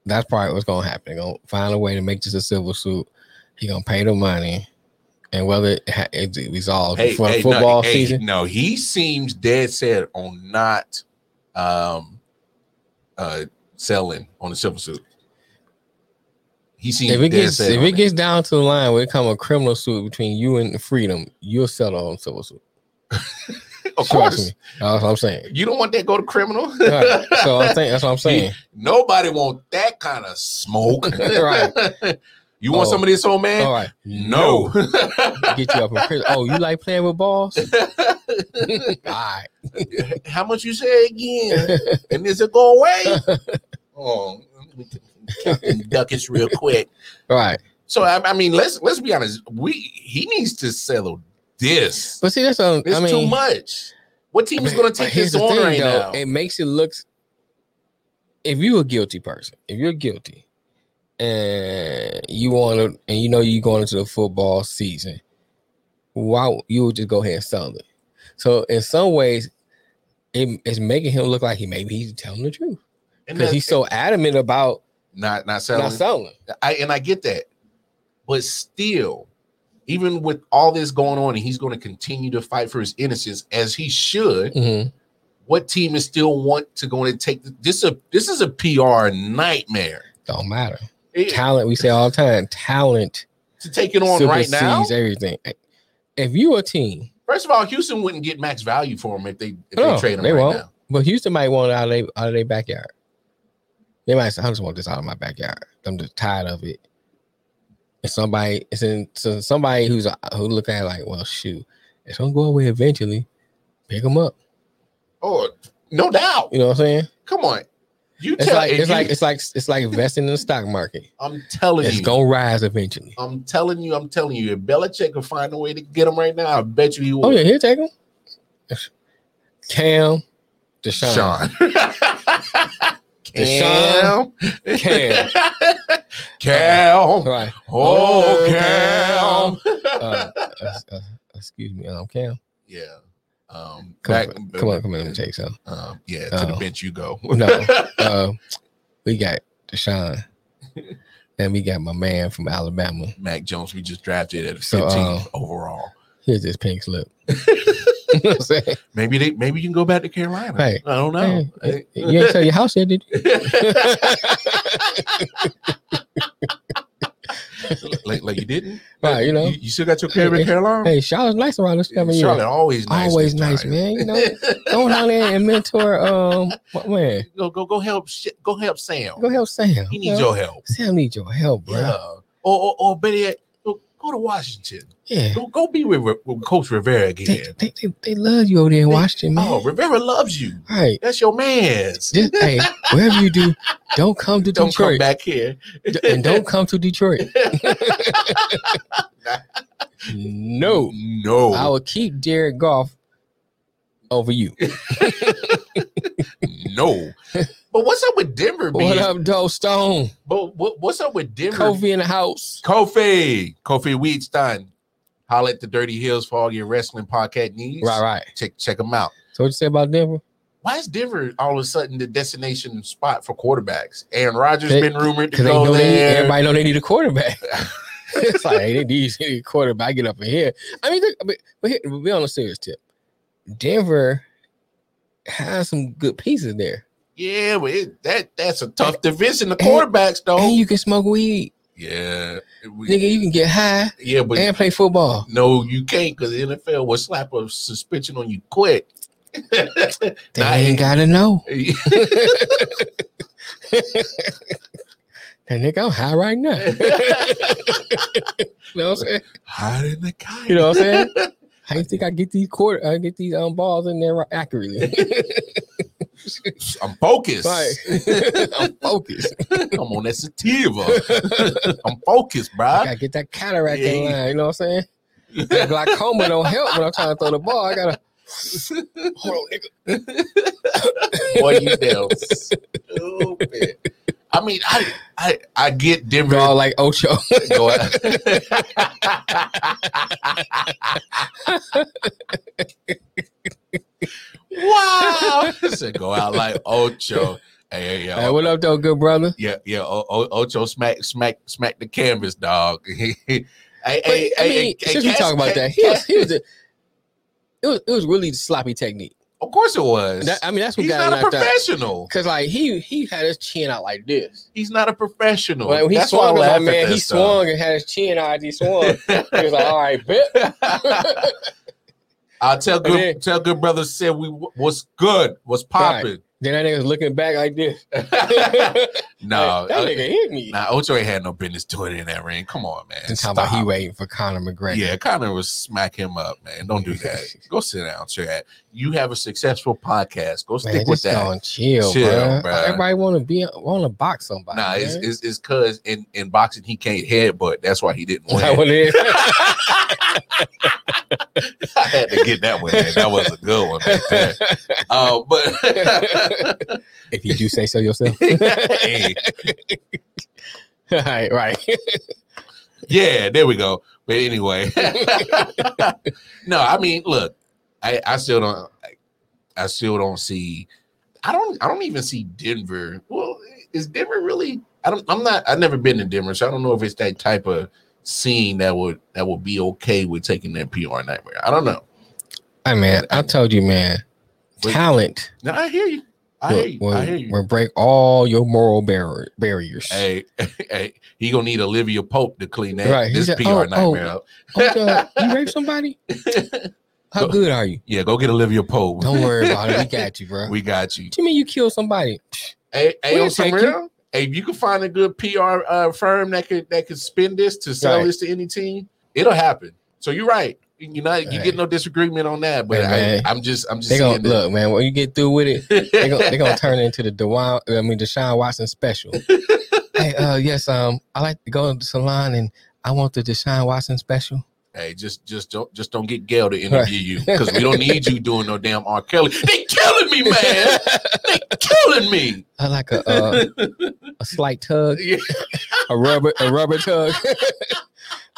B: That's probably what's gonna happen. They're gonna find a way to make this a civil suit. He gonna pay the money, and whether it, ha- it resolves
A: hey,
B: before
A: hey,
B: the football
A: no, hey,
B: season,
A: no he seems dead set on not um uh selling on the civil suit he seems
B: if it
A: dead
B: gets
A: set
B: if
A: on
B: it gets down to the line where it come a criminal suit between you and freedom, you'll settle on civil suit.
A: Of
B: Trust
A: course.
B: me. That's what I'm saying.
A: You don't want that to go to criminal.
B: Right. So I think
A: [LAUGHS]
B: that's what I'm saying.
A: Nobody want that kind of smoke. [LAUGHS]
B: [LAUGHS] Right.
A: You want
B: Oh.
A: some of this old man?
B: All right.
A: No.
B: [LAUGHS] Get you up in prison. Oh, you like playing with balls? All right.
A: [LAUGHS] How much you say again? and is it go
B: [LAUGHS]
A: away? oh, let me count them ducats real quick.
B: Right.
A: So I, I mean, let's let's be honest. We he needs to settle this.
B: But see, that's um,
A: It's
B: I mean,
A: too much. What team is going to
B: but
A: take
B: here's
A: this
B: the
A: on
B: thing,
A: right now?
B: though. It makes it look. If you a guilty person, if you're guilty, and you want to, and you know you going into the football season, why you would just go ahead and sell it? So in some ways, it, it's making him look like he maybe he's telling the truth
A: And
B: because
A: that-
B: he's so adamant about
A: not not
B: not
A: settling.
B: selling.
A: I and I get that, but still, even with all this going on, and he's going to continue to fight for his innocence as he should.
B: Mhm.
A: What team is still want to go and take this? A this is a PR nightmare
B: Don't matter.
A: It-
B: Talent, we say all the time, talent
A: to take it on right now.
B: supersedes everything. If you a team,
A: First of all, Houston wouldn't get max value for him if they if
B: No,
A: they trade him
B: Oh, they
A: right
B: won't.
A: now.
B: But Houston might want it out of their out of their backyard. They might say, I just want this out of my backyard. I'm just tired of it. And somebody it's in so somebody who's a, who look at it like, well, shoot, it's gonna go away eventually. Pick them up.
A: Oh, no doubt.
B: You know what I'm saying?
A: Come on, you
B: It's
A: tell.
B: like
A: if
B: it's
A: you-
B: like it's like it's like investing in the stock market.
A: I'm telling
B: It's
A: you.
B: gonna rise eventually.
A: I'm telling you. I'm telling you. If Belichick can find a way to get him right now, I bet you he will.
B: Oh yeah, here take them. Cam, Deshaun.
A: Sean. Cam.
B: [LAUGHS] Deshaun.
A: Cam.
B: Cam.
A: [LAUGHS] Cam.
B: Right.
A: Oh,
B: Oh,
A: Cam.
B: Uh, uh, uh, excuse me, um, Cam.
A: yeah. Um,
B: Come
A: back-
B: on, come on, come on, let me take some.
A: Um, yeah, to the
B: Oh.
A: bench you go.
B: No. uh, we got Deshaun, and we got my man from Alabama.
A: [LAUGHS] Mac Jones, we just drafted at 15th
B: So, uh,
A: overall.
B: Here's this pink slip. [LAUGHS] you know what I'm saying?
A: Maybe they, maybe you can go back to Carolina.
B: Hey,
A: I don't know.
B: Man, you ain't sell your house yet, did you?
A: [LAUGHS] like, like you didn't.
B: Right, you know.
A: you, still got your career in
B: Hey,
A: Carolina.
B: Hey, Charlotte's nice around this time of year.
A: Charlotte always nice.
B: Always
A: this
B: nice,
A: time.
B: man. You know, go down there and mentor. Um, my man,
A: go go go help sh- go help Sam.
B: go help Sam.
A: He
B: you
A: needs
B: know?
A: your help.
B: Sam needs your help, bro.
A: Yeah. Or or, or better yet, go, go to Washington.
B: Yeah,
A: Go, go be with, Re- with Coach Rivera
B: They,
A: again.
B: they, they, they love you over there in
A: They-
B: Washington, man.
A: Oh, Rivera loves you.
B: Right.
A: That's your man's.
B: Just, hey, whatever you do, don't come to
A: Don't come
B: Detroit.
A: back here.
B: and don't come
A: [LAUGHS]
B: to Detroit. no,
A: no,
B: I will keep Jared Goff over you.
A: [LAUGHS] no. But what's up with Denver? Being,
B: What up, Doe Stone?
A: But what, what's up with Denver?
B: Kofi in the house.
A: Kofi, Kofi Weedstein. Holla at the Dirty Hills for all your wrestling podcast needs.
B: Right, right.
A: Check check them out.
B: So what you say about Denver?
A: Why is Denver all of a sudden the destination spot for quarterbacks? Aaron Rodgers
B: They-
A: been rumored to
B: Because they
A: go
B: know they need,
A: there.
B: everybody know they need
A: [LAUGHS]
B: a quarterback. it's like hey, they need they need a quarterback. I get up in here. I mean, look, but, but here, we on a serious tip. Denver has some good pieces there,
A: yeah, but it, that that's a tough division. The quarterbacks though.
B: and you can smoke weed,
A: yeah, we-
B: nigga. You can get high
A: yeah, but
B: and play football.
A: no, you can't because the NFL will slap a suspension on you quick. [LAUGHS]
B: They
A: Nah,
B: ain't
A: ain't-
B: gotta know.
A: yeah,
B: That nigga, I'm high right [LAUGHS] now. you know what I'm saying?
A: hot in the car.
B: You know what I'm [LAUGHS] saying? How you think I get these quarter? I get these um balls in there right- accurately. [LAUGHS]
A: I'm focused.
B: Right. [LAUGHS] I'm focused.
A: I'm on that
B: [LAUGHS]
A: sativa. I'm focused,
B: I
A: bruh.
B: gotta get that cataract in
A: Yeah.
B: line. You know what I'm saying? That glaucoma don't help when I'm trying to throw the ball. I gotta hold on, nigga.
A: Boy, you damn stupid. I mean, I I I get Denver.
B: Ball like Ocho.
A: Go out. [LAUGHS] wow! So go out like Ocho. Hey, hey, yo.
B: Hey, what up, though, good brother?
A: yeah, yeah. O- O- Ocho smack, smack, smack the canvas, dog. [LAUGHS] hey, hey, hey,
B: But, I mean,
A: hey, hey,
B: since we
A: Cass-
B: talk about that, he
A: Cass-
B: was, he was a, it was it was really sloppy technique.
A: Of course, it was.
B: That, I mean, that's what
A: He's
B: got him
A: not a
B: knocked out.
A: professional.
B: Cause like he he had his chin out like this.
A: He's not a professional.
B: Like, when he
A: That's why I
B: swung,
A: laugh
B: like,
A: at
B: man,
A: that
B: he
A: stuff. [LAUGHS]
B: swung and had his chin out. He swung. he was like, "All right, bet."
A: I tell
B: And
A: good
B: then-
A: tell good brother said we was good, was popping.
B: Then that nigga's looking back like this.
A: [LAUGHS] no, uh,
B: that nigga hit me.
A: nah, Ocho ain't had no business doing it in that ring. Come on, man.
B: and talking about he
A: Stop.
B: waiting for Conor McGregor.
A: Yeah, Connor was smack him up, man. Don't do
B: [LAUGHS]
A: that. Go sit down, Chad. You have a successful podcast. Go stick
B: Man,
A: with
B: just
A: that.
B: go and chill,
A: Chill,
B: bruh.
A: bruh.
B: Everybody want to be want to box somebody.
A: Nah, it's
B: man.
A: it's it's cause in, in boxing he can't headbutt. That's why he didn't
B: that
A: win.
B: what it is.
A: [LAUGHS] I had to get that one. in. That was a good one. Right
B: [LAUGHS]
A: there. Uh, but [LAUGHS]
B: if you do say so yourself.
A: Hey,
B: [LAUGHS] right, right.
A: yeah, there we go. But anyway, [LAUGHS] no, I mean, look, I, I still don't, I, I still don't see, I don't, I don't even see Denver. Well, is Denver really? I don't, I'm not, I've never been to Denver, so I don't know if it's that type of scene that would that would be okay with taking that PR nightmare. I don't know.
B: Hey man, I told you, man.
A: Wait.
B: Talent
A: No, I hear you. I hear you. I hear
B: will,
A: you.
B: will break all your moral barrier, barriers.
A: Hey, [LAUGHS] hey, he gonna need Olivia Pope to clean that
B: Right, he
A: this
B: said,
A: PR
B: oh, oh.
A: nightmare up.
B: Oh, God, you rape somebody? [LAUGHS] How
A: Go-
B: good are you?
A: Yeah, go get Olivia Pope.
B: Don't worry about it. We got you,
A: [LAUGHS]
B: bro.
A: We got you.
B: What you mean you killed somebody?
A: Hey, hey,
B: We'll
A: on some
B: take
A: real, hey, if you can find a good PR uh, firm that could that could spin this to sell
B: Right.
A: this to any team, it'll happen. So you're right. You know, you
B: Hey.
A: get no disagreement on that. But
B: Hey, man.
A: I, I'm just, I'm just
B: They gonna
A: saying.
B: look, man. When you get through with it, they gonna, they gonna turn it into the Dewan, I mean Deshaun Watson [LAUGHS] special. hey, uh, yes, um, I like to go to the salon and I want the Deshaun Watson special.
A: [LAUGHS] hey, just, just don't, just don't get Gail to interview you because we don't need you doing no damn R. Kelly. They killing me, man.
B: [LAUGHS]
A: they killing me.
B: I like a uh, a slight tug,
A: [LAUGHS] Yeah.
B: a rubber a rubber tug. [LAUGHS]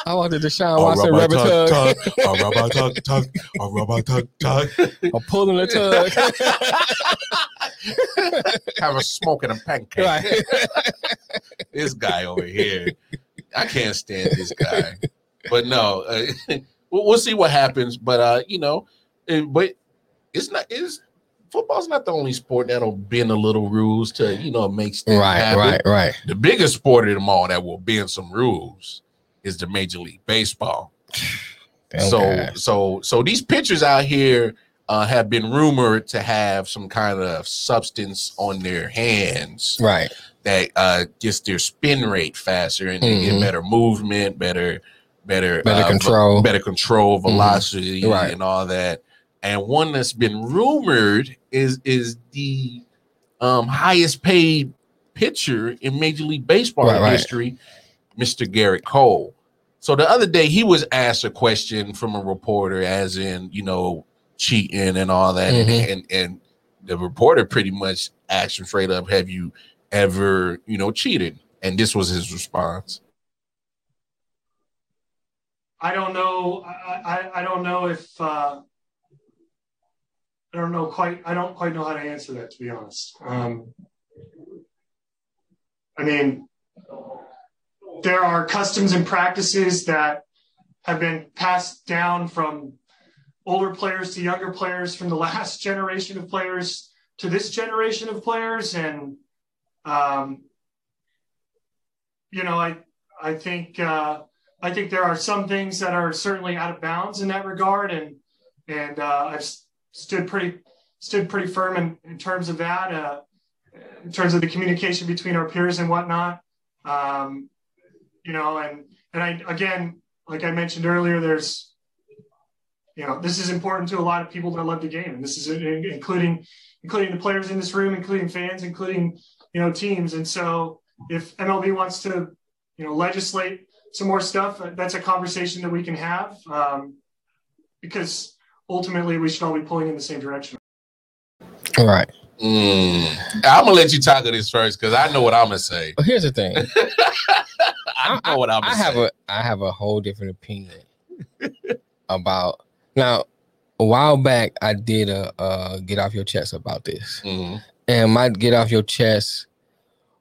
B: I want the Deshaun Watson rubber, tug. [LAUGHS]
A: a rubber tug, tug, a rubber tug, tug.
B: I'm pulling the [LAUGHS] tug.
A: [LAUGHS] Have a smoke and a pancake.
B: right.
A: This guy over here, I can't stand this guy. But no, uh, [LAUGHS] we'll, we'll see what happens. But uh, you know, eh, but it's not is football's not the only sport that'll bend a little rules to you know make things
B: Right,
A: happen.
B: right, right.
A: The biggest sport of them all that will bend some rules is the Major League Baseball.
B: Damn
A: So
B: guys.
A: so so these pictures out here uh, have been rumored to have some kind of substance on their hands
B: right,
A: that uh, gets their spin rate faster and they get
B: Mhm.
A: better movement, better better
B: better
A: uh, ve-
B: control. Mm-hmm.
A: better control velocity
B: Right.
A: and all that. And one that's been rumored is is the um, highest paid pitcher in Major League Baseball
B: Right, right.
A: history, Mr. Garrett Cole. So the other day he was asked a question from a reporter, as in you know cheating and all that,
B: Mhm.
A: and and the reporter pretty much asked him straight up, "Have you ever you know cheated?" And this was his response.
C: I don't know. I, I, I don't know if uh, I don't know quite. I don't quite know how to answer that, to be honest. Um, I mean, there are customs and practices that have been passed down from older players to younger players, from the last [LAUGHS] generation of players to this generation of players, and um, you know, I I think. Uh, I think there are some things that are certainly out of bounds in that regard, and and uh, I've s- stood pretty stood pretty firm in, in terms of that, uh, in terms of the communication between our peers and whatnot. Um, you know, and and I again, like I mentioned earlier, there's you know this is important to a lot of people that love the game, and this is in- including including the players in this room, including fans, including you know teams, and so if MLB wants to you know legislate some more stuff. uh, That's a conversation that we can have um, because ultimately we should all be pulling in the same direction.
B: Right.
A: I'm gonna Mm. let you tackle this first because I know what I'm gonna say.
B: But here's the thing.
A: I know what I'm
B: I
A: gonna
B: have
A: say.
B: a I have a whole different opinion about now. A while back, I did a uh, get off your chest about this,
A: Mhm.
B: and my get off your chest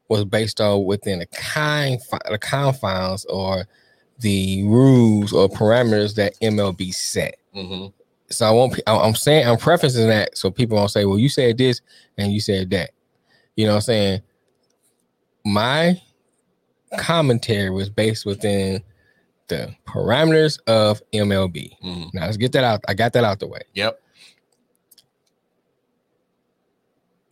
B: was based on within the kind the confines or the rules or parameters that MLB set.
A: Mhm.
B: So I won't. I- I'm saying I'm prefacing that so people won't say, "Well, you said this and you said that." You know what I'm saying? My commentary was based within the parameters of MLB.
A: Mhm.
B: Now let's get that out. I got that out the way.
A: Yep.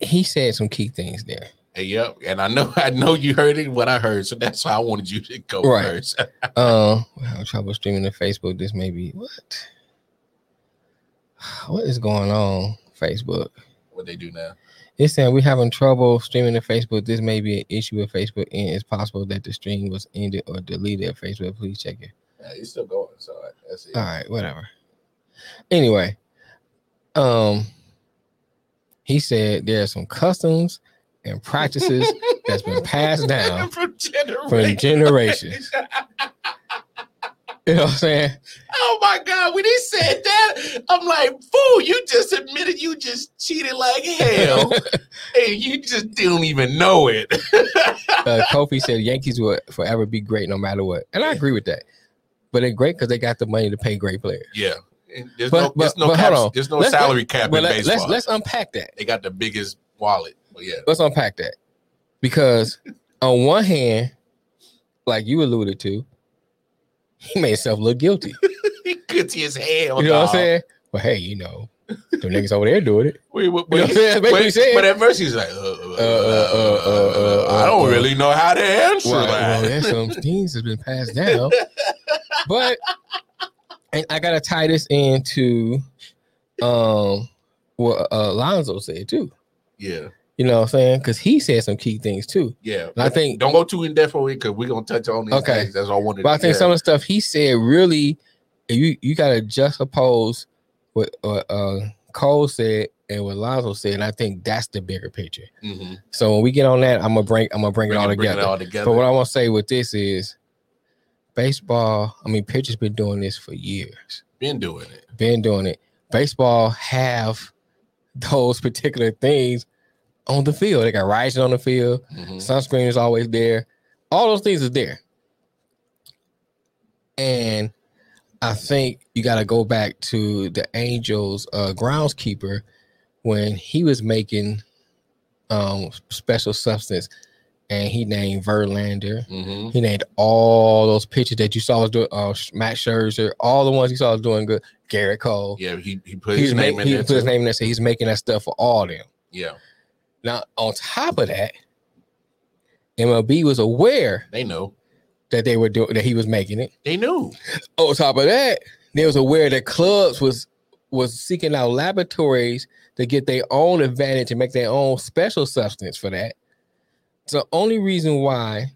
B: He said some key things there.
A: Hey, Yep. And I know [LAUGHS] I know you heard it what I heard, so that's why I wanted you to go
B: Right.
A: first. [LAUGHS]
B: Uh, we're having trouble streaming to Facebook. This may be what? [SIGHS] What is going on, Facebook?
A: what they do now.
B: It's saying we're having trouble streaming to Facebook. This may be an issue with Facebook, and it's possible that the stream was ended or deleted. at Facebook, please check it.
A: Yeah, he's still going, so that's it.
B: All right, whatever. Anyway, um, he said there are some customs
A: [LAUGHS]
B: and practices that's been passed down
A: from
B: from
A: generation.
B: generations. You know what I'm saying?
A: Oh my God! When he said that, I'm like, "Fool! You just admitted you just cheated like
B: [LAUGHS]
A: hell, and you just don't even know it."
B: uh, Kofi said Yankees will forever be great no matter what, and I agree with that. But they're great because they got the money to pay great players.
A: yeah, there's
B: But-
A: no, there's
B: but-
A: no,
B: but hold
A: caps-
B: on.
A: there's no
B: Let's-
A: salary cap
B: But
A: in
B: let,
A: baseball.
B: let's let's unpack that.
A: they got the biggest wallet, but yeah, [LAUGHS]
B: Let's unpack that because on one hand, like you alluded to, he made himself look guilty.
A: he guilty as hell.
B: You know what I'm
A: dawg.
B: saying? Well, hey, you know, the niggas over there doing it.
A: We- we-
B: You know what I'm saying? That's
A: but,
B: what he said.
A: but at first he's like, uh, uh,
B: uh, uh,
A: uh, uh,
B: uh,
A: I don't
B: uh,
A: really know how to answer
B: Well, well,
A: that.
B: there's some things that's been passed down, but and I gotta tie this into um what uh, Alonzo said too.
A: Yeah,
B: You know what I'm saying? Because he said some key things too.
A: yeah.
B: And I think,
A: Don't go too in depth on it because we're gonna touch on these
B: Okay.
A: things. That's all I wanted.
B: but I think
A: yeah.
B: some of the stuff he said really, you you gotta just oppose what uh, uh, Cole said and what Lonzo said, and I think that's the bigger picture.
A: Mhm.
B: So when we get on that, I'm gonna bring I'm gonna bring, it all together.
A: all together.
B: But what I want to say with this is, baseball. I mean, pitchers been doing this for years.
A: been doing it.
B: Been doing it. Baseball have [LAUGHS] those particular things on the field. They got rising on the field.
A: Mhm.
B: Mm-hmm. Sunscreen is always there. All those things are there. And I think you got to go back to the Angels uh, groundskeeper when he was making um, special substance, and he named Verlander.
A: Mhm.
B: He named all those pitchers that you saw was doing. Uh, Matt Scherzer, all the ones you saw was doing good. Garrett Cole.
A: Yeah, he, he put
B: he's
A: his name
B: making.
A: in
B: He
A: there.
B: put his
A: too.
B: name in there. So he's making that stuff for all them.
A: Yeah,
B: Now, on top of that, MLB was aware
A: they know.
B: that they were doing that he was making it.
A: They knew.
B: On top of that, they was aware that clubs was was seeking out laboratories to get their own advantage and make their own special substance for that. So only reason why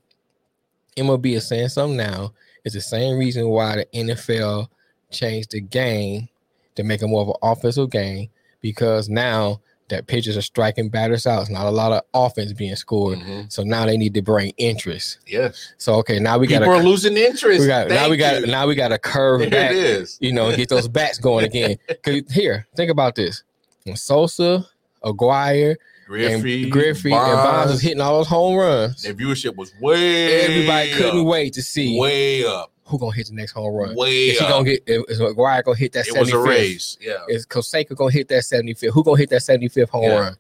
B: MLB is saying something now is the same reason why the NFL changed the game to make it more of an offensive game because now that pitchers are striking batters out, it's not a lot of offense being scored.
A: Mhm.
B: So now they need to bring interest.
A: Yes,
B: So okay, now we got
A: people
B: to
A: are losing interest.
B: we got now
A: Thank
B: we got
A: you.
B: now we got to curve
A: There
B: back,
A: it is.
B: you know, and get those bats going
A: [LAUGHS]
B: again. 'Cause here, think about this: When Sosa, Aguirre,
A: Griffey,
B: and Griffey, and Bonds was hitting all those home runs.
A: Their viewership was way.
B: Everybody couldn't
A: up,
B: wait to see
A: Way up.
B: who gonna hit the next home run.
A: Way
B: Is he
A: up.
B: gonna get? Is Aguirre gonna hit that?
A: it was a
B: 75th?
A: race. Yeah.
B: Is Koseka gonna hit that seventy fifth? Who gonna hit that seventy fifth home
A: Yeah.
B: run?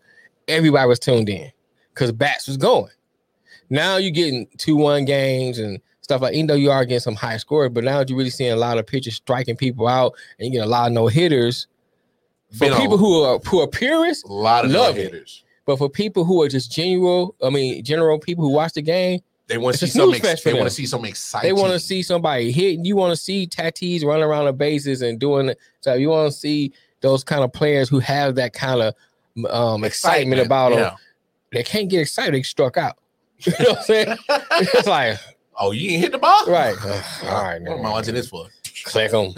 B: Everybody was tuned in because bats was going. Now you're getting two one games and stuff like. Even though you are getting some high scores, but now you're really seeing a lot of pitchers striking people out, and you get a lot of no hitters. For
A: Been on
B: people who are who are purists,
A: a lot of
B: Love
A: love
B: it.
A: hitters.
B: but for people who are just general, I mean general people who watch the game,
A: They want
B: It's
A: to see
B: just
A: some.
B: news
A: Ex-
B: fest for
A: they want
B: them.
A: to see some exciting.
B: they want to see somebody hitting. You want to see Tatis running around the bases and doing it. So you want to see those kind of players who have that kind of um, excitement, about them.
A: yeah.
B: They can't get excited. They struck out. [LAUGHS] You know what I'm saying? it's like
A: Oh, you didn't hit the ball, [LAUGHS]
B: Right. All right,
A: What am I
B: man.
A: watching this for? [LAUGHS]
B: click them,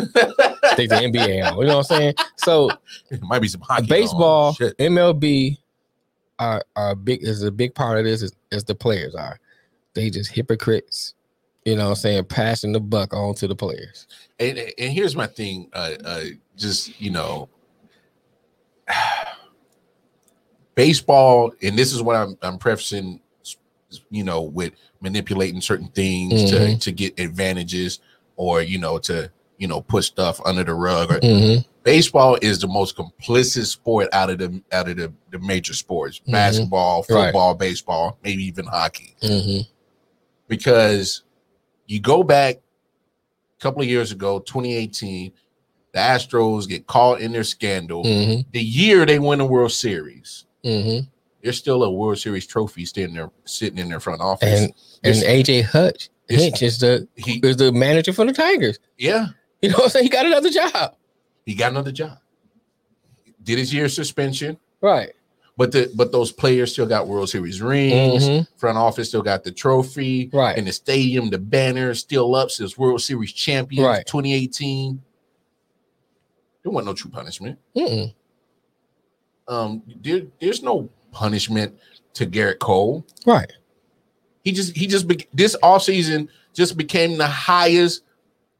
B: take the NBA out. You know what I'm saying? So
A: It might be some hockey. going on.
B: baseball,
A: Shit.
B: MLB are are big is a big part of this is, is the players are. They just hypocrites. You know what I'm saying? Passing the buck on to the players.
A: and and here's my thing uh uh just you know [SIGHS] baseball and this is what i'm i'm prefacing you know with manipulating certain things to
B: Mhm.
A: to get advantages or you know to you know put stuff under the rug or
B: Mm-hmm.
A: baseball is the most complicit sport out of the out of the, the major sports
B: Mhm.
A: basketball
B: Right.
A: football baseball maybe even hockey
B: Mm-hmm.
A: because you go back couple of years ago, 2018, the Astros get caught in their scandal.
B: Mm-hmm.
A: The year they win the World Series,
B: Mm-hmm.
A: there's still a World Series trophy sitting there, sitting in their front office.
B: And and
A: It's-
B: AJ Hutch
A: it's-
B: Hinch is the
A: he,
B: is the manager for the Tigers. [LAUGHS]
A: yeah,
B: You know what I'm saying? He got another job.
A: he got another job. Did his year suspension,
B: Right.
A: but the but those players still got World Series rings.
B: Mhm.
A: Front office still got the trophy.
B: Right.
A: in the stadium. The banner still up says World Series champions
B: Right.
A: 2018. There wasn't no true punishment.
B: Mm-mm.
A: Um, there, there's no punishment to Garrett Cole.
B: Right.
A: He just he just be- this offseason just became the highest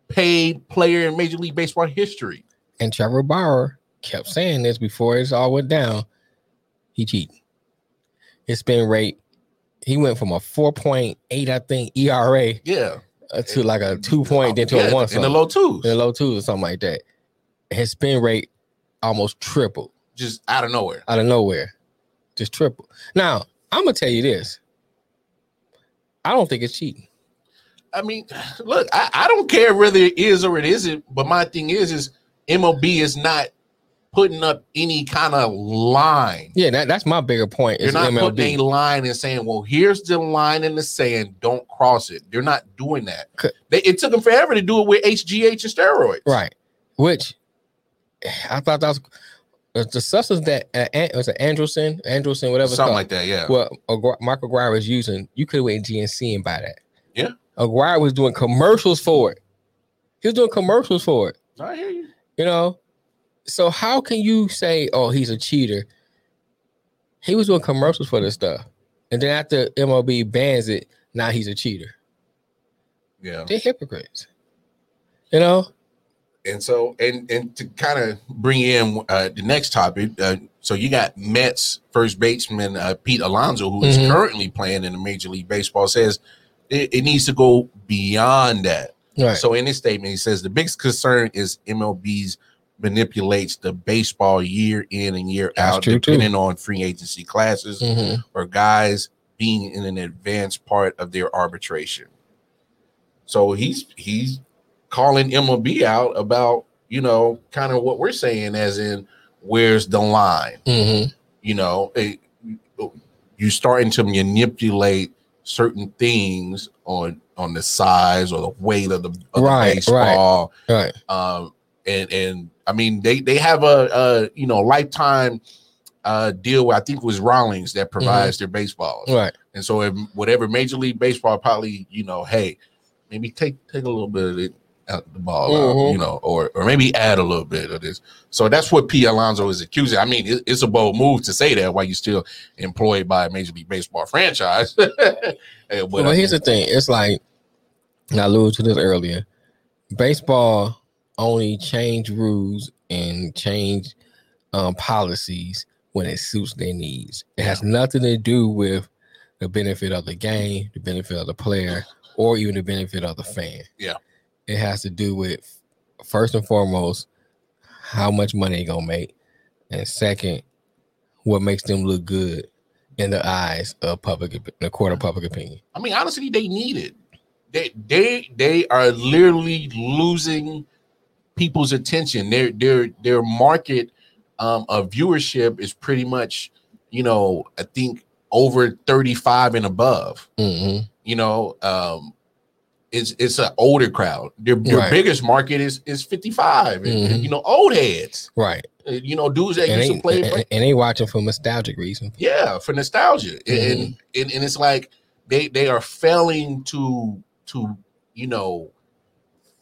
A: paid player in Major League Baseball history.
B: And Trevor Bauer kept saying this before it's all went down. He cheated. His spin rate, he went from a 4.8, I think, ERA
A: Yeah,
B: uh, to like a two point, then to
A: Yeah,
B: a one.
A: in the
B: something.
A: low twos,
B: in the low twos or something like that. His spin rate almost tripled
A: just out of nowhere.
B: out of nowhere, just tripled. Now I'm gonna tell you this: I don't think it's cheating.
A: I mean, look, I, I don't care whether it is or it isn't, but my thing is, is MLB is not putting up any kind of line.
B: Yeah, that, that's my bigger point.
A: You're
B: Is
A: not
B: MLB
A: putting a line and saying, "Well, here's the line in the sand. Don't cross it." They're not doing that.
B: Co-
A: They, it took them forever to do it with HGH and steroids.
B: right? Which [SIGHS] I thought that was the- the substance that uh, An- was it Andrelson, Andrelson, whatever. it's
A: Something
B: called.
A: like that. Yeah.
B: Well, Agu- Michael Aguirre was using, you could have went GNC and buy that.
A: Yeah.
B: Aguirre was doing commercials for it. He was doing commercials for it.
A: I hear you.
B: You know, so how can you say, "Oh, he's a cheater"? He was doing commercials for this stuff, and then after MLB bans it, now he's a cheater.
A: Yeah.
B: They're hypocrites. You know,
A: And so, and and to kind of bring in uh, the next topic, uh, so you got Mets first baseman uh, Pete Alonso, who is
B: Mhm.
A: currently playing in the Major League Baseball, says it, it needs to go beyond that.
B: right?
A: So in his statement, he says the biggest concern is MLB's manipulates the baseball year in and year
B: That's
A: out,
B: true, too.
A: depending on free agency classes
B: Mhm.
A: or guys being in an advanced part of their arbitration. So he's he's calling MLB out about you know kind of what we're saying, as in where's the line?
B: Mhm.
A: You know, it, you starting to manipulate certain things on on the size or the weight of the, of
B: Right,
A: the
B: right.
A: baseball
B: Right.
A: um and and i mean they they have a, a you know lifetime uh deal with, i think it was rawlings
B: Mm-hmm.
A: that provides their baseballs
B: Right.
A: and so if whatever major league baseball probably you know hey maybe take take a little bit of it out the ball out,
B: Mhm.
A: you know or or maybe add a little bit of this so that's what p alonso is accusing i mean it, it's a bold move to say that while you're still employed by a major league baseball franchise [LAUGHS] Eh, but,
B: But,
A: I mean,
B: here's the thing: it's like, and I alluded to this earlier. Baseball only change rules and change um, policies when it suits their needs. It has nothing to do with the benefit of the game, the benefit of the player, or even the benefit of the fan.
A: Yeah.
B: It has to do with first and foremost how much money they gonna make, and second, what makes them look good in the eyes of public, op- the court of public opinion.
A: I mean, honestly, they need it. They they they are literally losing people's attention. Their their their market um, of viewership is pretty much, you know, I think over thirty five and above.
B: hmm
A: You know, um, it's it's an older crowd. Their, their
B: Right.
A: biggest market is is fifty five.
B: Mhm.
A: You know, old heads.
B: Right.
A: Uh, You know, dudes that
B: And
A: used
B: they,
A: to play.
B: and- and, and they watching for nostalgic reasons.
A: yeah for nostalgia And- and,
B: Mhm.
A: and and it's like they they are failing to to you know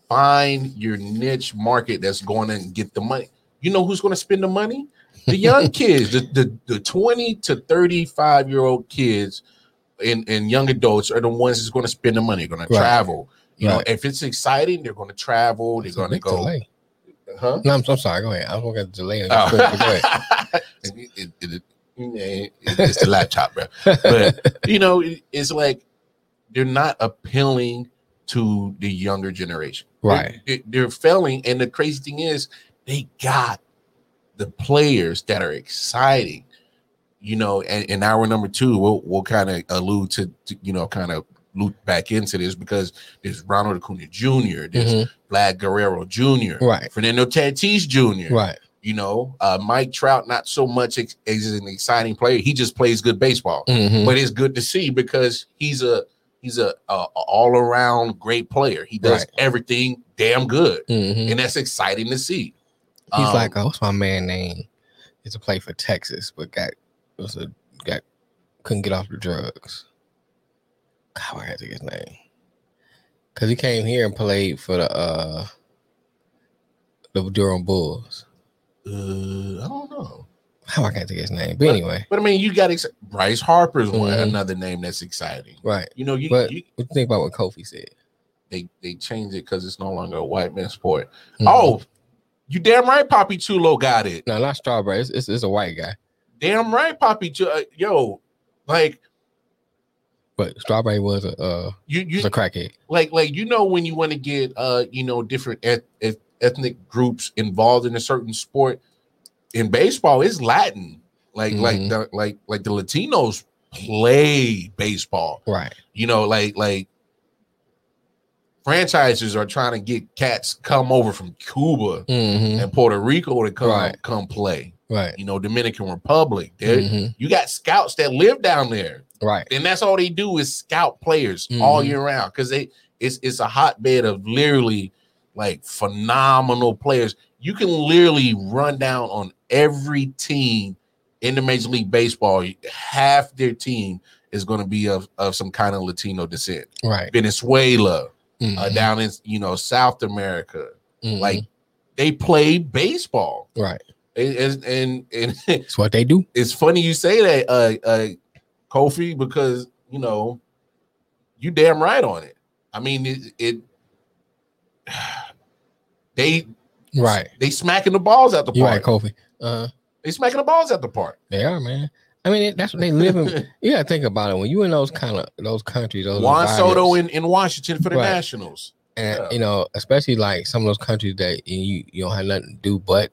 A: find your niche market that's going to get the money you know who's going to spend the money the
B: [LAUGHS]
A: young kids the, the the 20 to 35 year old kids and and young adults are the ones that's going to spend the money going to
B: Right.
A: travel you
B: Right.
A: know if it's exciting they're going to travel they're going to
B: Big
A: go
B: delay.
A: huh
B: No, I'm, I'm sorry. Go ahead. I was looking at the delay.
A: Oh.
B: Go ahead.
A: It- it- it- it- it's the laptop, bro. [LAUGHS] But you know, it- it's like they're not appealing to the younger generation,
B: [LAUGHS] Right.
A: They're, they're failing, and the crazy thing is, they got the players that are exciting. You know, and in hour number two, we'll we'll kind of allude to, to, you know kind of looped back into this because there's Ronald Acuna Jr., there's
B: Mhm.
A: Vlad Guerrero Jr.,
B: Right.
A: Fernando Tatis Jr.,
B: Right.
A: you know, uh, Mike Trout, not so much ex- as an exciting player. He just plays good baseball.
B: Mhm.
A: But it's good to see because he's a he's a, a, all around great player. He does
B: Right.
A: everything damn good,
B: Mhm.
A: and that's exciting to see.
B: He's
A: Um,
B: like, oh, what's my man name? Used to play for Texas, but got was a got couldn't get off the drugs. God, why can't I think his name? Cause he came here and played for the uh the Durham Bulls.
A: uh, I don't know.
B: How I can't I think his name. But anyway,
A: But I mean, you got ex- Bryce Harper's one
B: Mhm.
A: another name that's exciting.
B: right.
A: You know, you,
B: But-
A: you-
B: What you think about what Kofi said?
A: they they changed it because it's no longer a white man's sport.
B: Mhm.
A: Oh, you damn right, Poppy Chulo got it.
B: no, not strawberry. It's, it's, it's a white guy.
A: Damn right, Poppy Chulo. yo, like
B: But strawberry was a uh
A: you you
B: was a crackhead.
A: like like you know when you want to get uh you know different eth- eth- ethnic groups involved in a certain sport in baseball it's latin like like
B: Mhm.
A: the, like like the latinos play baseball
B: Right.
A: you know like like franchises are trying to get cats come over from cuba
B: hmm
A: and puerto rico to come
B: Right.
A: come play
B: Right.
A: you know dominican republic there
B: Mhm.
A: you got scouts that live down there
B: Right.
A: and that's all they do is scout players all
B: Mhm.
A: year round because they it's it's a hotbed of literally like phenomenal players. You can literally run down on every team in the Major League Baseball. Half their team is going to be of, of some kind of Latino descent.
B: Right.
A: Venezuela, uh,
B: Mhm.
A: down in you know South America,
B: Mhm.
A: like they play baseball.
B: right.
A: And and and, and [LAUGHS]
B: It's what they do.
A: it's funny you say that, uh, uh, Kofi, because you know you damn right on it. I mean, it, it [SIGHS] they
B: Right.
A: they smacking the balls at the
B: You
A: park.
B: right, Kofi. Uh,
A: They smacking the balls at the park.
B: they are, man. I mean, it- that's what they
A: [LAUGHS]
B: live in. You gotta think about it when you in those kind of those countries, those
A: Juan Soto
B: environments,
A: in, in Washington for the
B: Right.
A: Nationals.
B: and
A: yeah.
B: you know, especially like some of those countries that you you don't have nothing to do but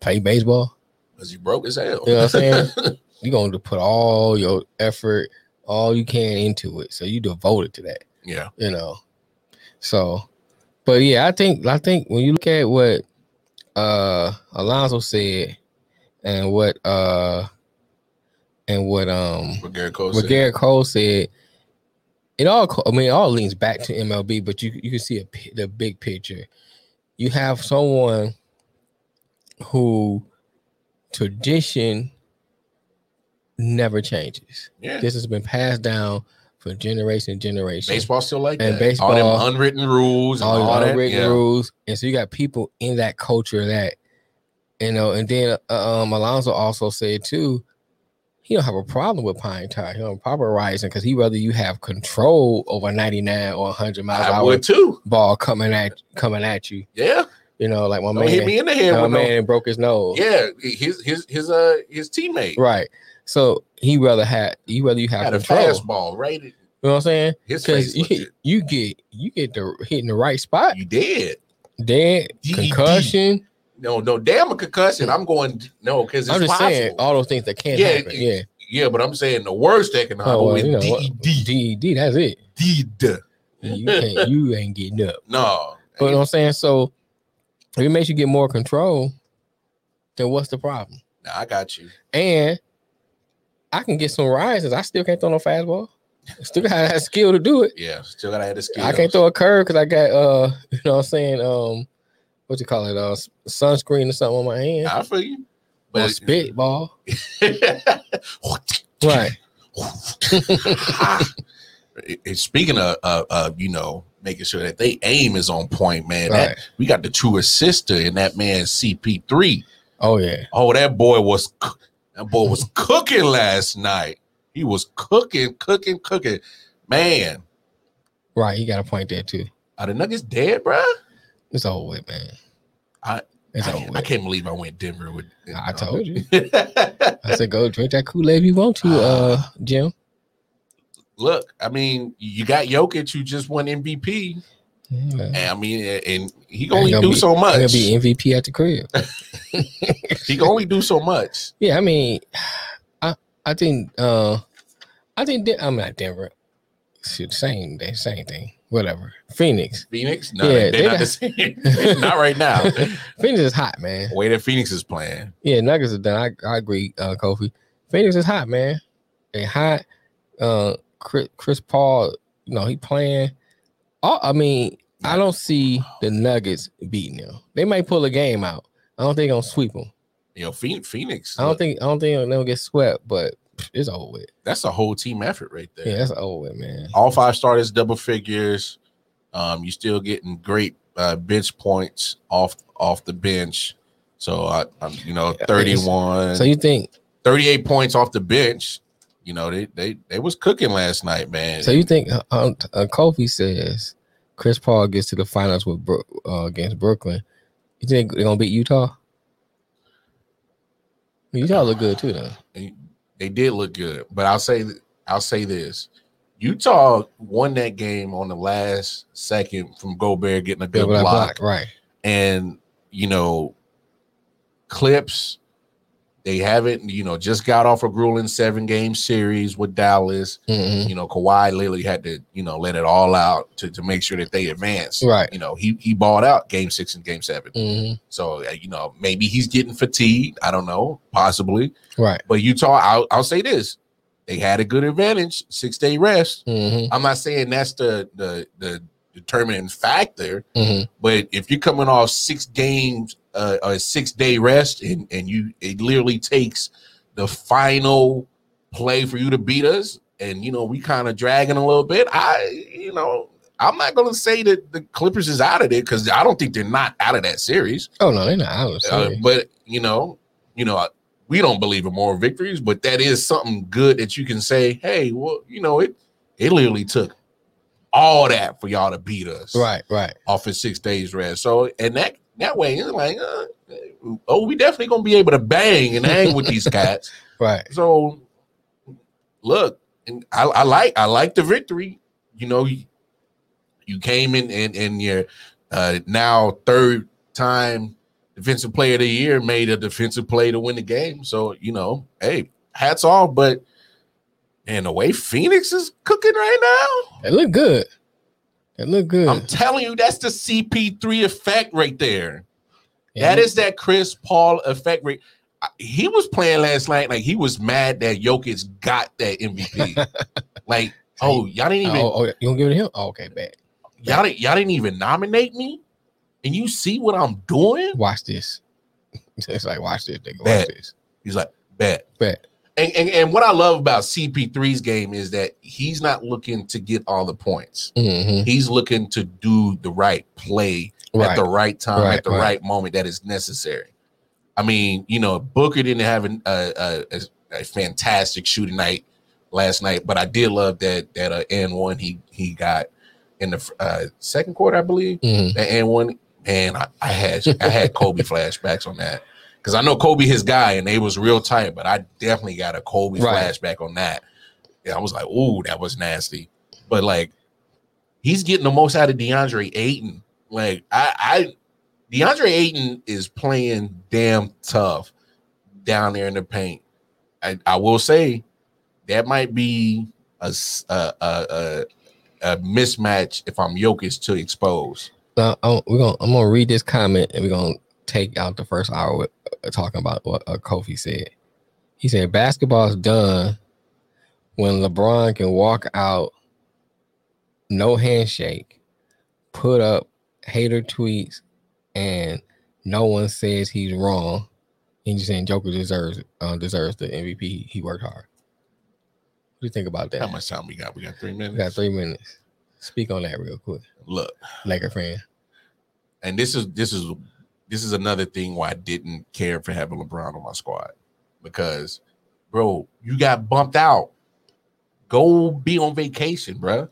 B: play baseball.
A: Because he broke as hell.
B: You know what I'm saying? You're gonna put all your effort, all you can into it, so you devoted to that.
A: [LAUGHS] yeah.
B: you know. So, but yeah, I think I think when you look at what uh Alonzo said and what uh and what um
A: What Gary Cole
B: what
A: said.
B: Garrett Cole said, it all co- I mean it all leans back to MLB, but you you can see a, pi- the big picture. You have someone who tradition never changes.
A: yeah.
B: This has been passed down for generation and generation
A: Baseball still like
B: and
A: that. all
B: baseball-
A: them unwritten rules and
B: all
A: all,
B: these
A: that.
B: unwritten
A: yeah.
B: rules, and so you got people in that culture that you know. And then uh, um, Alonso also said too, he don't have a problem with pine tar, he don't popularizing because he rather you have control over ninety nine or hundred miles an
A: I
B: hour
A: would too.
B: ball coming at coming at you.
A: Yeah.
B: You know, like my
A: Don't hit
B: Oh, man,
A: me in the head
B: my
A: with no-
B: man broke his nose.
A: Yeah. His his his uh his teammate
B: Right. So he rather had he rather you have
A: had a
B: control.
A: fastball right in-
B: You know what I'm saying?
A: His face
B: Because
A: looked
B: you,
A: it.
B: [LAUGHS] you get you get the hitting the right spot,
A: You did.
B: then
A: DED.
B: concussion.
A: No, no, damn a concussion. I'm going no, because it's
B: I'm just
A: possible.
B: saying all those things that can
A: Yeah,
B: happen.
A: it-
B: Yeah.
A: yeah, but I'm saying the worst that can happen
B: Oh, well,
A: with
B: you know what?
A: DED.
B: DED, E that's it.
A: DED. [LAUGHS]
B: You can't, you ain't getting up.
A: No.
B: But you know what I'm saying? So if it makes you get more control, then what's the problem?
A: Nah, I got you.
B: And I can get some rises. I still can't throw no fastball. Still got that skill to do it.
A: Yeah, still gotta have the skills.
B: I can't throw a curve because I got uh, [LAUGHS] you know what I'm saying? Um what you call it? Uh s- sunscreen or something on my hand.
A: I feel you.
B: Or
A: But [LAUGHS]
B: [LAUGHS] spitball.
A: right.
B: Right.
A: Speaking of, of, of, you know, making sure that they aim is on point, man. that-
B: Right.
A: we got the true sister in that man CP3.
B: Oh yeah.
A: Oh, that boy was c- that boy was
B: [LAUGHS]
A: cooking last night. He was cooking, cooking, cooking. Man,
B: Right. You got a point there too.
A: are the Nuggets dead, bruh?
B: It's over with, man.
A: I-
B: it's
A: I,
B: over
A: I
B: with.
A: can't believe I went Denver with. uh,
B: I told you.
A: you.
B: I said, go drink that Kool Aid if you want to, [SIGHS] uh, Jim.
A: [LAUGHS] Look, I mean, you got Jokic who just won MVP.
B: Yeah.
A: And I mean, and he can
B: Ain't
A: only
B: gonna
A: do
B: be-
A: so
B: I'm gonna
A: much.
B: be MVP at the crib.
A: He can only do so much.
B: yeah, I mean, I I think uh, I think Den- I'm not Denver. Shit, same day, same thing. Whatever. Phoenix.
A: Phoenix? No,
B: Yeah,
A: they're,
B: they
A: not
B: got-
A: the same. [LAUGHS] not right now.
B: Phoenix is hot, man.
A: Way that Phoenix is playing.
B: Yeah, Nuggets are done. I, I agree, uh, Kofi. Phoenix is hot, man. They hot. Uh, Chris, Chris Paul, you know, he playing. Oh, I mean, I don't see the Nuggets beating them. They might pull a game out. I don't think they're gonna sweep them.
A: You know, Phoen- Phoenix.
B: I don't
A: look,
B: think I don't think they'll get swept, but pff, it's over with.
A: that's a whole team effort right there.
B: Yeah, that's over with, man.
A: All five starters, double figures. Um, you still getting great uh, bench points off off the bench. So I, I'm, you know,
B: Yeah,
A: thirty-one.
B: So you think
A: 38 points off the bench. You know, they they they was cooking last night, man.
B: So you think uh, um, uh, Kofi says Chris Paul gets to the finals with Brook uh, against Brooklyn? You think they're gonna beat Utah? Utah look good too, though.
A: they, they did look good, but I'll say th- I'll say this. Utah won that game on the last second from Gobert getting a
B: Yeah,
A: good
B: but I
A: block.
B: blocked, right?
A: And you know, clips they haven't, you know, just got off a grueling seven game series with Dallas.
B: Mhm.
A: You know, Kawhi literally had to, you know, let it all out to, to make sure that they advance.
B: Right.
A: You know, he he balled out game six and game seven.
B: Mhm.
A: So uh, you know, maybe he's getting fatigued. I don't know, possibly.
B: Right.
A: But Utah, I'll, I'll say this: they had a good advantage, six day rest.
B: Mhm.
A: I'm not saying that's the the the determining factor,
B: Mhm.
A: but if you're coming off six games, uh, a six day rest, and and you it literally takes the final play for you to beat us, and you know we kind of dragging a little bit. I you know. I'm not going to say that the Clippers is out of it because I don't think they're not out of that series.
B: Oh no, they're not. I was
A: Uh,
B: serious.
A: but you know, you know, we don't believe in moral victories, but that is something good that you can say, hey, well, you know, it it literally took all that for y'all to beat us
B: right, right.
A: off of six days rest. So and that that way it's like, uh, oh, we definitely gonna be able to bang and hang with these cats.
B: Right.
A: So look, and I, I like I like the victory. You know, you, you came in and and your uh, now third time defensive player of the year made a defensive play to win the game. So you know, hey, hats off. But and the way Phoenix is cooking right now,
B: They look good. They look good.
A: I'm telling you, that's the CP3 effect right there.
B: Yeah,
A: That is that Chris Paul effect. Right? I- He was playing last night like he was mad that Jokic got that
B: [LAUGHS]
A: MVP. like, oh, y'all didn't even
B: Oh, oh, you gonna give it to him? Oh, okay, bad.
A: y'all didn't, y'all didn't even nominate me, and you see what I'm doing?
B: Watch this. [LAUGHS] It's like watch this, nigga. Watch
A: Bet.
B: this.
A: He's like, bet.
B: Bet.
A: And, and and what I love about CP3's game is that he's not looking to get all the points.
B: Mhm.
A: He's looking to do the right play at
B: Right.
A: the right time,
B: Right,
A: at the
B: right.
A: right. moment that is necessary. I mean, you know, Booker didn't have an, a, a, a, a fantastic shooting night last night, but I did love that that uh, and one he he got in the uh, second quarter, I believe.
B: Mhm.
A: That and one, man, I, I had I had Kobe flashbacks on that because I know Kobe his guy and they was real tight, but I definitely got a Kobe
B: Right.
A: flashback on that. Yeah, I was like, ooh, that was nasty. But like, he's getting the most out of DeAndre Ayton. Like, I, I DeAndre Ayton is playing damn tough down there in the paint. I, I will say that might be a, s- a- a- a- a mismatch if I'm Jokic to expose.
B: Now, I'm, we're gonna, I'm gonna read this comment and we're gonna take out the first hour with, uh, talking about what uh, Kofi said. He said, Basketball's done when LeBron can walk out, no handshake, put up hater tweets, and no one says he's wrong. And you're saying Joker deserves uh, deserves the MVP. He worked hard. What do you think about
A: How
B: that?
A: much time we got? We got three
B: We
A: minutes.
B: got three minutes. Speak on that real quick,
A: Look,
B: Laker fan.
A: and this is this is this is another thing why I didn't care for having LeBron on my squad because, bro, you got bumped out. Go be on vacation, bruh.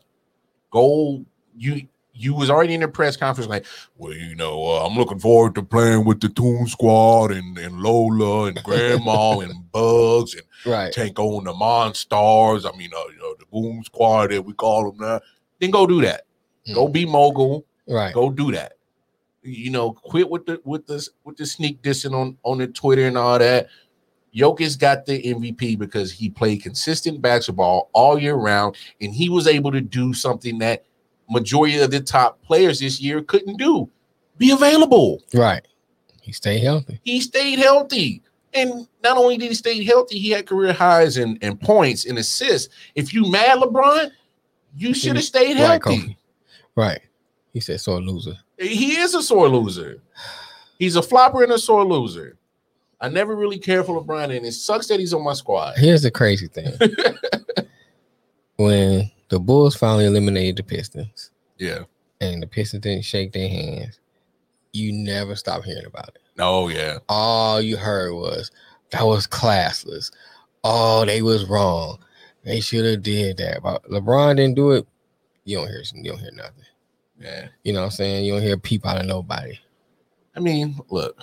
A: Go you. You was already in the press conference, like, well, you know, uh, I'm looking forward to playing with the Toon Squad and, and Lola
B: [LAUGHS]
A: and Grandma and Bugs and
B: Right.
A: take on the Monstars. I mean, uh, you know, the Boom Squad that we call them now. Then go do that. Go be mogul.
B: Right.
A: Go do that. You know, quit with the with this with the sneak dissing on on the Twitter and all that. Jokic got the MVP because he played consistent basketball all year round, and he was able to do something that majority of the top players this year couldn't do: be available.
B: Right. He stayed healthy.
A: He stayed healthy, and not only did he stay healthy, he had career highs in, in points and assists. If you mad LeBron, you should have stayed
B: Right,
A: healthy.
B: Kofi. Right. He said, "So a loser."
A: He is a sore loser. He's a flopper and a sore loser. I never really cared for LeBron, and it sucks that he's on my squad.
B: Here's the crazy thing: when the Bulls finally eliminated the Pistons,
A: Yeah.
B: and the Pistons didn't shake their hands, you never stopped hearing about it.
A: Oh yeah.
B: All you heard was that was classless. Oh, they was wrong. They should have did that. But LeBron didn't do it. You don't hear. You don't hear nothing.
A: Yeah.
B: You know what I'm saying? You don't hear a peep out of nobody.
A: I mean, look,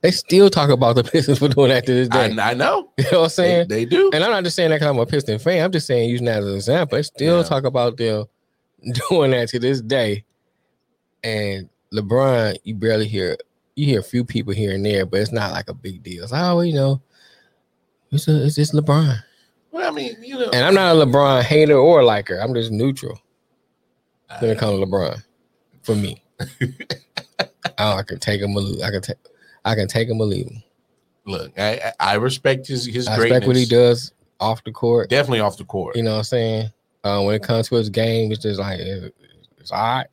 B: They still talk about the Pistons for doing that to this
A: I,
B: day.
A: I know
B: [LAUGHS] You know what I'm
A: they,
B: saying?
A: they do.
B: And I'm not just saying that because I'm a Piston fan. I'm just saying using that as an example. They still
A: Yeah.
B: talk about them [LAUGHS] doing that to this day. And LeBron, you barely hear you hear a few people here and there, but it's not like a big deal. It's like, oh, you know, it's a, it's just LeBron.
A: Well, I mean, you know,
B: And I'm not a LeBron hater or liker. I'm just neutral when it
A: I,
B: comes to LeBron. For
A: [LAUGHS]
B: me, oh, I can take him or lose. I can take, I can take him or leave him.
A: look, I, I I respect his his
B: I
A: greatness.
B: respect what he does off the court.
A: Definitely off the court.
B: You know what I'm saying? Uh, when it comes to his game, it's just like it- it's all right.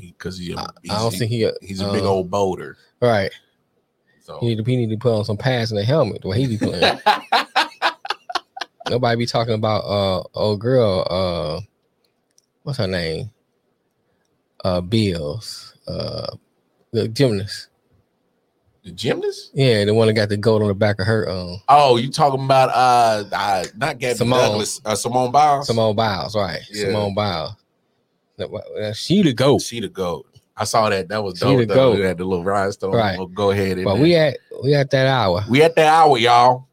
A: because he,
B: I,
A: he's,
B: I don't think he.
A: he's a big
B: uh,
A: old boulder.
B: right.
A: So
B: He need, to, he need to put on some pads and a helmet. The way he be playing, nobody be talking about uh old girl. Uh, what's her name? Uh, Bills. Uh, the gymnast.
A: the gymnast?
B: Yeah, the one that got the gold on the back of her um
A: Oh, you talking about uh, uh not Gabby
B: Simone.
A: Douglas, uh, Simone Biles?
B: Simone Biles, right?
A: Yeah.
B: Simone Biles. That- that- She the goat.
A: She the goat. I saw that. That was
B: She
A: dope.
B: the
A: though.
B: goat.
A: We had the little rhinestone.
B: Right.
A: We'll go ahead and
B: But we at we at that hour.
A: we at the hour, y'all.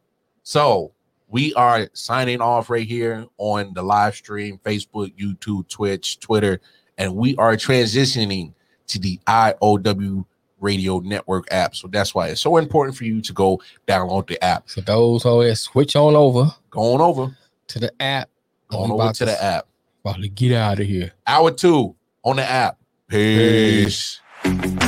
A: So we are signing off right here on the live stream, Facebook, YouTube, Twitch, Twitter, and we are transitioning to the IOW radio network app. So that's why it's so important for you to go download the app.
B: So those who is switch on over
A: Go on over.
B: to the app.
A: Go
B: We
A: on over
B: about
A: to the app.
B: About to get out of here.
A: Hour two on the app. Peace.
B: Peace.